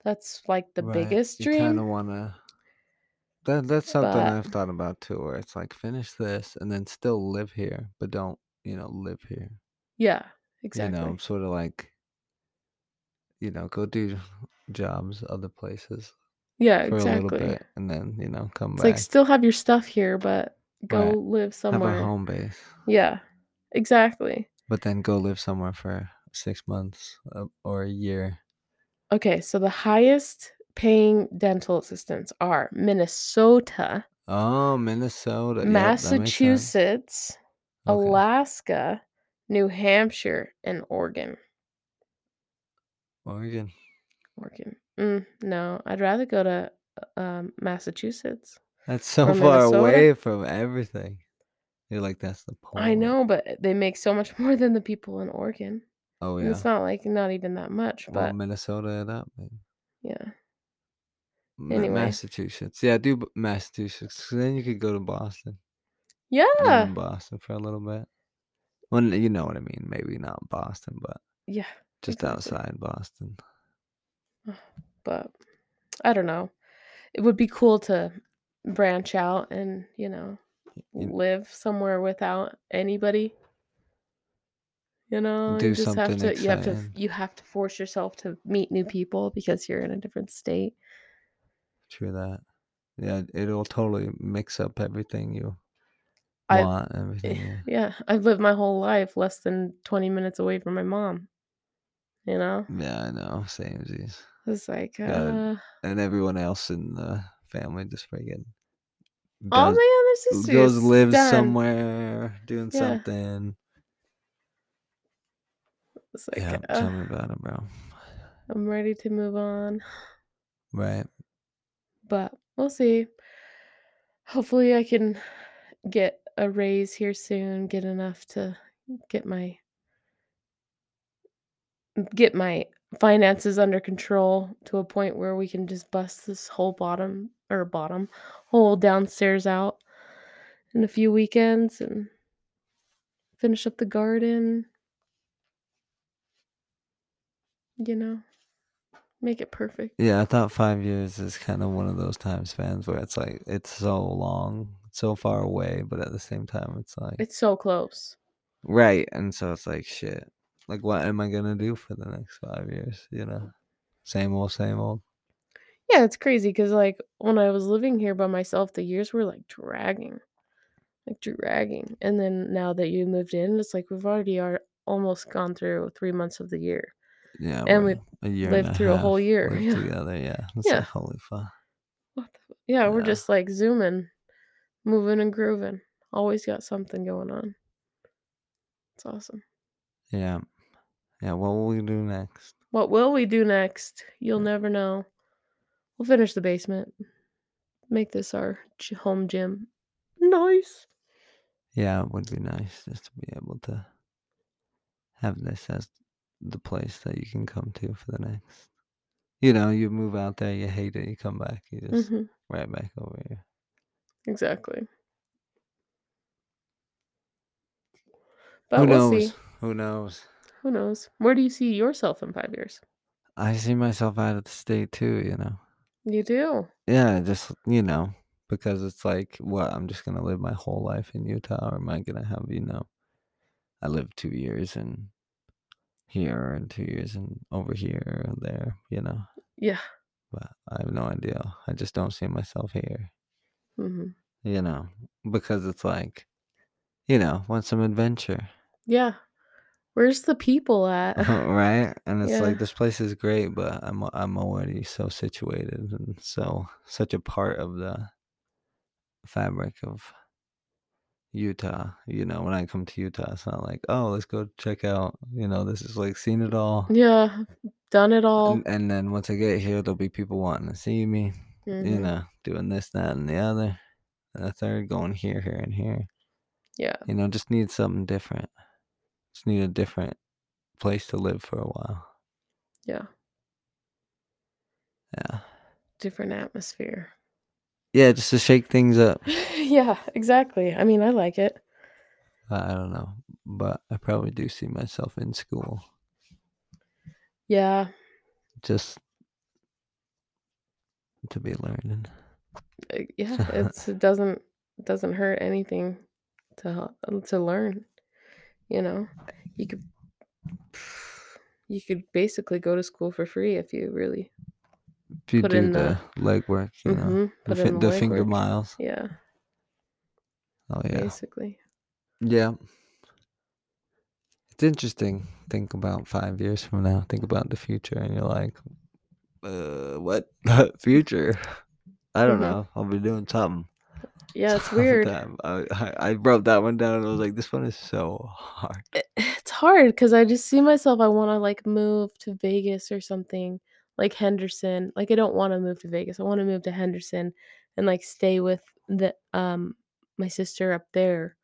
Speaker 1: that's like the
Speaker 2: Right,
Speaker 1: biggest
Speaker 2: You kind of
Speaker 1: dream
Speaker 2: want to. That that's something
Speaker 1: but-
Speaker 2: I've thought about too, where it's like finish this and then still live here, but don't you know live here.
Speaker 1: yeah exactly
Speaker 2: You know, sort of like. You know, go do jobs other places
Speaker 1: yeah
Speaker 2: for a little
Speaker 1: exactly
Speaker 2: bit, and then you know come
Speaker 1: it's
Speaker 2: back.
Speaker 1: like still have your stuff here but go
Speaker 2: Right.
Speaker 1: live
Speaker 2: have
Speaker 1: somewhere
Speaker 2: a home base,
Speaker 1: yeah exactly
Speaker 2: but then go live somewhere for six months uh, or a year.
Speaker 1: okay so the highest paying dental assistants are minnesota
Speaker 2: Oh, Minnesota, Yep, that makes sense.
Speaker 1: massachusetts
Speaker 2: Okay.
Speaker 1: Alaska, New Hampshire, and Oregon.
Speaker 2: Oregon.
Speaker 1: Oregon. Mm, no, I'd rather go to um, Massachusetts.
Speaker 2: That's so
Speaker 1: Or
Speaker 2: far
Speaker 1: Minnesota.
Speaker 2: away from everything. You're like, that's the point.
Speaker 1: I know, but they make so much more than the people in Oregon.
Speaker 2: Oh
Speaker 1: And
Speaker 2: yeah.
Speaker 1: It's not like not even that much,
Speaker 2: well,
Speaker 1: but
Speaker 2: Minnesota it up. man.
Speaker 1: yeah.
Speaker 2: Ma-
Speaker 1: Anyway.
Speaker 2: Massachusetts. Yeah, do B- Massachusetts. 'cause Then you could go to Boston. Live
Speaker 1: Yeah.
Speaker 2: in Boston for a little bit. Well, n- you know what I mean. Maybe not Boston, but
Speaker 1: Yeah.
Speaker 2: just
Speaker 1: Exactly.
Speaker 2: outside Boston.
Speaker 1: But I don't know. It would be cool to branch out and, you know,
Speaker 2: You
Speaker 1: live somewhere without anybody. You know,
Speaker 2: Do
Speaker 1: you just have
Speaker 2: something
Speaker 1: to you have to
Speaker 2: exciting.
Speaker 1: you have to force yourself to meet new people because you're in a different state.
Speaker 2: True that. Yeah, it'll totally mix up everything you
Speaker 1: I-
Speaker 2: want. Everything. yeah.
Speaker 1: Yeah, I've lived my whole life less than 20 minutes away from my mom. You know,
Speaker 2: Yeah, I know. Same as
Speaker 1: it's like,
Speaker 2: Yeah,
Speaker 1: uh,
Speaker 2: and everyone else in the family just friggin'
Speaker 1: all
Speaker 2: does-
Speaker 1: my other sisters
Speaker 2: goes lives
Speaker 1: done.
Speaker 2: somewhere doing
Speaker 1: Yeah.
Speaker 2: something.
Speaker 1: It's like,
Speaker 2: yeah,
Speaker 1: uh,
Speaker 2: tell me about it, bro.
Speaker 1: I'm ready to move on,
Speaker 2: Right.
Speaker 1: but we'll see. Hopefully, I can get a raise here soon, get enough to get my get my finances under control to a point where we can just bust this whole bottom or bottom whole downstairs out in a few weekends and finish up the garden you know make it perfect
Speaker 2: Yeah, I thought five years is kind of one of those time spans where it's like it's so long, so far away, but at the same time, it's like
Speaker 1: it's so close
Speaker 2: right, and so it's like shit. Like, what am I gonna do for the next five years? You know, same old, same old.
Speaker 1: yeah it's crazy because like when i was living here by myself the years were like dragging like dragging and then now that you moved in it's like we've already are almost gone through three months of the year
Speaker 2: Yeah,
Speaker 1: And
Speaker 2: we're a year
Speaker 1: lived
Speaker 2: and
Speaker 1: through a whole
Speaker 2: half
Speaker 1: year,
Speaker 2: lived
Speaker 1: yeah.
Speaker 2: together. Yeah, it's
Speaker 1: Yeah.
Speaker 2: Like, holy fuck.
Speaker 1: What the, fu- yeah, we're
Speaker 2: Yeah.
Speaker 1: just like zooming, moving and grooving. Always got something going on. It's awesome.
Speaker 2: Yeah, yeah. What will we do next?
Speaker 1: What will we do next? You'll never know. We'll finish the basement. Make this our gy- home gym. Nice.
Speaker 2: Yeah, it would be nice just to be able to have this as the place that you can come to for the next. You know, you move out there, you hate it, you come back, you just
Speaker 1: hmm
Speaker 2: right back over here.
Speaker 1: Exactly. But
Speaker 2: Who
Speaker 1: we'll
Speaker 2: knows?
Speaker 1: see.
Speaker 2: Who knows?
Speaker 1: Who knows? Where do you see yourself in five years?
Speaker 2: I see myself out of the state too, you know.
Speaker 1: You do.
Speaker 2: Yeah, just you know, because it's like, what? I'm just gonna live my whole life in Utah, or am I gonna have you know? I lived two years in here and two years in over here and there, you know.
Speaker 1: Yeah.
Speaker 2: But I have no idea. I just don't see myself here,
Speaker 1: hmm
Speaker 2: you know, because it's like, you know, want some adventure,
Speaker 1: Yeah. Where's the people at?
Speaker 2: Uh-huh. right? And it's
Speaker 1: Yeah.
Speaker 2: like this place is great, but I'm a- I'm already so situated and so such a part of the fabric of Utah. You know, when I come to Utah, it's not like, oh, let's go check out. You know, this is like seen it all.
Speaker 1: yeah. Done it all.
Speaker 2: And, and then once I get here, there'll be people wanting to see me. you
Speaker 1: Mhm.
Speaker 2: know, doing this, that, and the other, and the third, going here, here, and here.
Speaker 1: Yeah.
Speaker 2: You know, just need something different. Just need a different place to live for a while.
Speaker 1: Yeah.
Speaker 2: Yeah.
Speaker 1: different atmosphere.
Speaker 2: Yeah, just to shake things up.
Speaker 1: yeah, exactly. I mean, I like it.
Speaker 2: I I don't know, but I probably do see myself in school.
Speaker 1: Yeah,
Speaker 2: Just to be learning.
Speaker 1: uh, yeah. It's it doesn't it doesn't hurt anything to to learn. You know, you could you could basically go to school for free if you really
Speaker 2: If you
Speaker 1: Put
Speaker 2: do
Speaker 1: in
Speaker 2: the,
Speaker 1: the-
Speaker 2: legwork, you know,
Speaker 1: Mhm,
Speaker 2: the,
Speaker 1: put
Speaker 2: fi-
Speaker 1: in
Speaker 2: the
Speaker 1: the
Speaker 2: finger
Speaker 1: legwork.
Speaker 2: miles.
Speaker 1: Yeah,
Speaker 2: Oh, yeah.
Speaker 1: basically.
Speaker 2: Yeah. It's interesting. Think about five years from now. Think about the future, and you're like, uh, what future? I don't
Speaker 1: Mhm.
Speaker 2: know. I'll be doing something.
Speaker 1: Yeah, it's
Speaker 2: sometime."
Speaker 1: weird.
Speaker 2: I, I, I wrote that one down, and I was like, this one is so hard.
Speaker 1: It- it's hard because I just see myself. I want to like move to Vegas or something, like Henderson. Like I don't want to move to Vegas. I want to move to Henderson and like stay with the um my sister up there,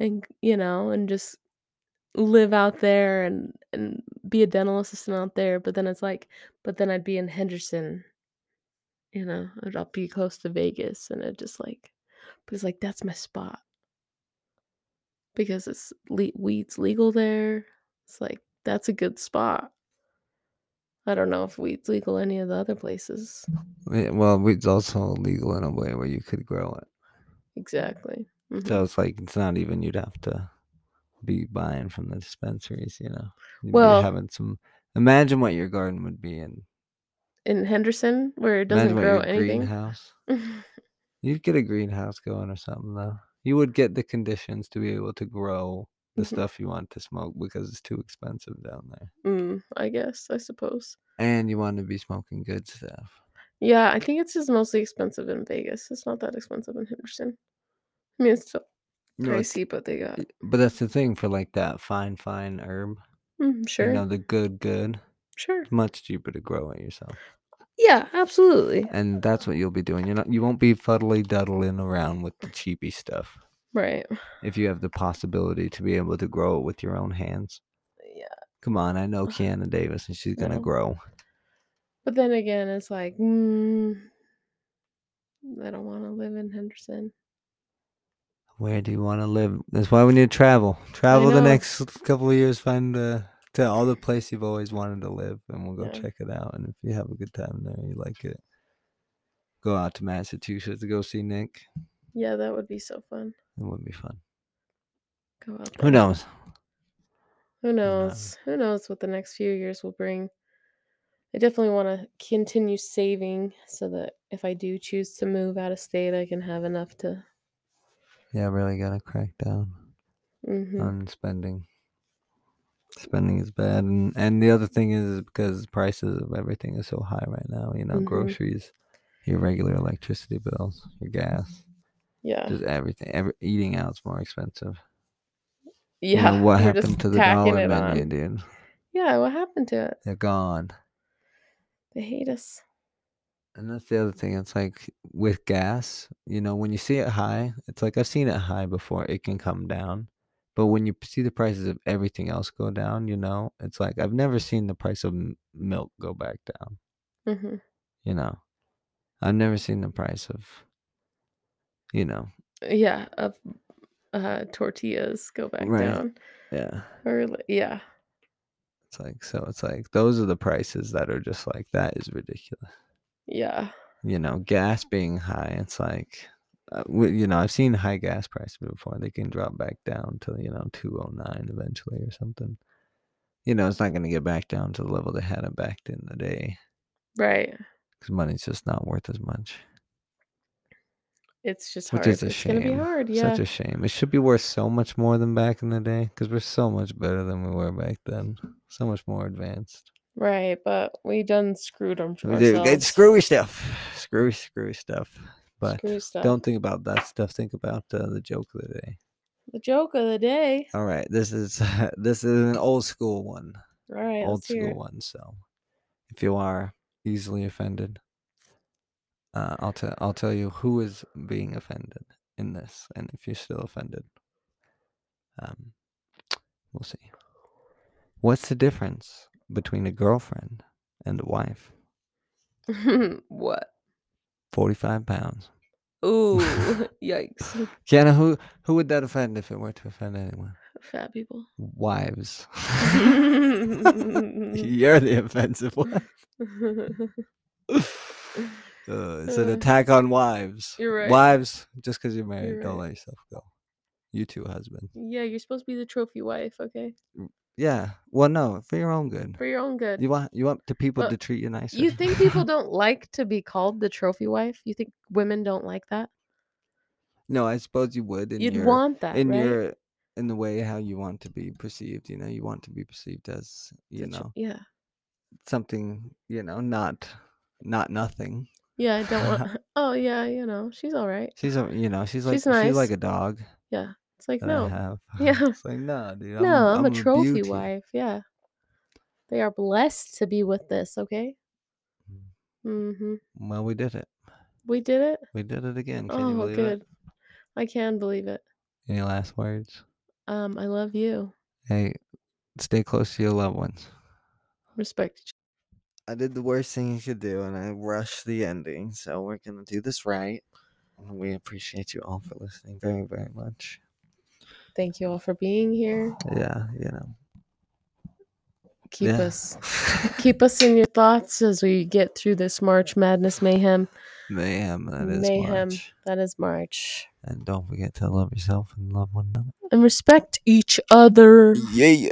Speaker 1: and you know, and just live out there and and be a dental assistant out there. But then it's like, but then I'd be in Henderson. You know, I'd I'd be close to Vegas, and it just like, because like that's my spot because it's le- weed's legal there. It's like that's a good spot. I don't know if weed's legal any of the other places.
Speaker 2: Yeah, well, weed's also legal in a way where you could grow it.
Speaker 1: Exactly. Mhm.
Speaker 2: So it's like it's not even you'd have to be buying from the dispensaries, you know. You'd be
Speaker 1: Well-
Speaker 2: having some imagine what your garden would be in.
Speaker 1: In Henderson, where it doesn't
Speaker 2: Imagine what
Speaker 1: grow
Speaker 2: your
Speaker 1: anything.
Speaker 2: Greenhouse. You'd get a greenhouse going or something though. You would get the conditions to be able to grow the
Speaker 1: Mhm.
Speaker 2: stuff you want to smoke because it's too expensive down there.
Speaker 1: mm, I guess, I suppose.
Speaker 2: And you want to be smoking good stuff.
Speaker 1: Yeah, I think it's just mostly expensive in Vegas. It's not that expensive in Henderson. I mean, it's still
Speaker 2: No, it's-
Speaker 1: pricey, but they got.
Speaker 2: But that's the thing for like that fine, fine herb.
Speaker 1: Mm, sure.
Speaker 2: You know, the good, good.
Speaker 1: sure.
Speaker 2: It's much cheaper to grow it yourself.
Speaker 1: Yeah, absolutely.
Speaker 2: And that's what you'll be doing. You're not you won't be fuddly duddling around with the cheapy stuff.
Speaker 1: Right.
Speaker 2: If you have the possibility to be able to grow it with your own hands.
Speaker 1: Yeah.
Speaker 2: Come on, I know Kiana Davis and she's gonna
Speaker 1: No.
Speaker 2: grow.
Speaker 1: But then again, it's like, mm, I don't want to live in Henderson.
Speaker 2: Where do you wanna live? That's why we need to travel. Travel the
Speaker 1: know.
Speaker 2: next couple of years, find uh to all the place you've always wanted to live and we'll go
Speaker 1: Yeah.
Speaker 2: check it out. And if you have a good time there, you like it. Go out to Massachusetts to go see Nick.
Speaker 1: Yeah, that would be so fun.
Speaker 2: It would be fun.
Speaker 1: Go out
Speaker 2: Who
Speaker 1: there.
Speaker 2: knows?
Speaker 1: Who
Speaker 2: know.
Speaker 1: knows? Who knows what the next few years will bring? I definitely want to continue saving so that if I do choose to move out of state, I can have enough to.
Speaker 2: Yeah, really gotta crack down Uh,
Speaker 1: hmm
Speaker 2: on spending. Spending is bad, and and the other thing is because prices of everything is so high right now. You know,
Speaker 1: Mhm.
Speaker 2: groceries, your regular electricity bills, your gas,
Speaker 1: yeah.
Speaker 2: just everything. Every eating out's more expensive. You
Speaker 1: yeah.
Speaker 2: know, what
Speaker 1: we're
Speaker 2: happened
Speaker 1: just
Speaker 2: to the
Speaker 1: tacking
Speaker 2: dollar
Speaker 1: it
Speaker 2: menu,
Speaker 1: on.
Speaker 2: dude?
Speaker 1: Yeah. What happened to it?
Speaker 2: They're gone.
Speaker 1: They hate us.
Speaker 2: And that's the other thing. It's like with gas, you know, when you see it high, it's like I've seen it high before, it can come down. But when you p- see the prices of everything else go down, you know, it's like I've never seen the price of m- milk go back down,
Speaker 1: hmm
Speaker 2: you know. I've never seen the price of, you know,
Speaker 1: Yeah. Of uh, tortillas go back
Speaker 2: Right.
Speaker 1: down.
Speaker 2: yeah.
Speaker 1: Or li- yeah.
Speaker 2: It's like, so it's like those are the prices that are just like, that is ridiculous.
Speaker 1: Yeah.
Speaker 2: You know, gas being high, it's like, uh, w- you know, I've seen high gas prices before. They can drop back down to, you know, 209 eventually or something. You know, it's not going to get back down to the level they had it back in the day
Speaker 1: Right.
Speaker 2: because money's just not worth as much,
Speaker 1: It's just hard.
Speaker 2: which is a
Speaker 1: it's
Speaker 2: shame.
Speaker 1: gonna be hard. Yeah.
Speaker 2: Such a shame. It should be worth so much more than back in the day because we're so much better than we were back then. So much more advanced.
Speaker 1: right. But we done screwed them.
Speaker 2: We do good screwy stuff. Screwy, screwy stuff. But
Speaker 1: Screw stuff.
Speaker 2: don't think about that stuff. Think about uh, the joke of the day.
Speaker 1: The joke of the day.
Speaker 2: All right, this is this is an old school one,
Speaker 1: All right,
Speaker 2: old
Speaker 1: let's hear
Speaker 2: school
Speaker 1: it.
Speaker 2: one. So, if you are easily offended, uh, I'll tell I'll tell you who is being offended in this, and if you're still offended, um, we'll see. What's the difference between a girlfriend and a wife?
Speaker 1: what?
Speaker 2: Forty-five pounds.
Speaker 1: Ooh, yikes!
Speaker 2: Kiana, who who would that offend if it were to offend anyone?
Speaker 1: Fat people.
Speaker 2: Wives. You're the offensive one. Uh, it's an
Speaker 1: Uh,
Speaker 2: attack on wives.
Speaker 1: you're right.
Speaker 2: Wives, just because you're married,
Speaker 1: You're
Speaker 2: don't
Speaker 1: right.
Speaker 2: let yourself go. You two husbands.
Speaker 1: yeah, you're supposed to be the trophy wife, okay?
Speaker 2: Yeah. Well, no, for your own good.
Speaker 1: For your own good.
Speaker 2: You
Speaker 1: You,
Speaker 2: want you want the people
Speaker 1: Well,
Speaker 2: to treat you nicer.
Speaker 1: think people don't like to be called the trophy wife? You think women don't like that?
Speaker 2: no, I suppose you would. In
Speaker 1: You'd
Speaker 2: your,
Speaker 1: want that,
Speaker 2: in
Speaker 1: right?
Speaker 2: your in the way how you want to be perceived. You know, you want to be perceived as you
Speaker 1: The tr-
Speaker 2: know
Speaker 1: yeah,
Speaker 2: something. You know, not not nothing.
Speaker 1: yeah. I don't want. oh yeah, you know, she's all right.
Speaker 2: She's a you know she's like
Speaker 1: She's
Speaker 2: she's
Speaker 1: nice.
Speaker 2: like a dog.
Speaker 1: Yeah, It's like,
Speaker 2: that I
Speaker 1: no.
Speaker 2: have.
Speaker 1: Yeah.
Speaker 2: It's like, nah, dude.
Speaker 1: no, I'm, a
Speaker 2: a
Speaker 1: trophy
Speaker 2: beauty."
Speaker 1: wife. Yeah. They are blessed to be with this, okay?
Speaker 2: Mm.
Speaker 1: hmm
Speaker 2: Well, we did it.
Speaker 1: We did it.
Speaker 2: We did it again. Can you
Speaker 1: oh,
Speaker 2: believe
Speaker 1: good.
Speaker 2: it?
Speaker 1: I can believe it.
Speaker 2: Any last words?
Speaker 1: Um, I love you.
Speaker 2: Hey, stay close to your loved ones.
Speaker 1: Respect each
Speaker 3: I did the worst thing you could do, and I rushed the ending. So we're gonna do this right. And we appreciate you all for listening very, very much.
Speaker 1: Thank you all for being here.
Speaker 3: Yeah, you know.
Speaker 1: Keep
Speaker 2: Yeah.
Speaker 1: us keep us in your thoughts as we get through this March Madness Mayhem.
Speaker 2: Mayhem, that is
Speaker 1: Mayhem.
Speaker 2: March.
Speaker 1: That is March.
Speaker 2: And don't forget to love yourself and love one another.
Speaker 1: And respect each other.
Speaker 3: Yeah.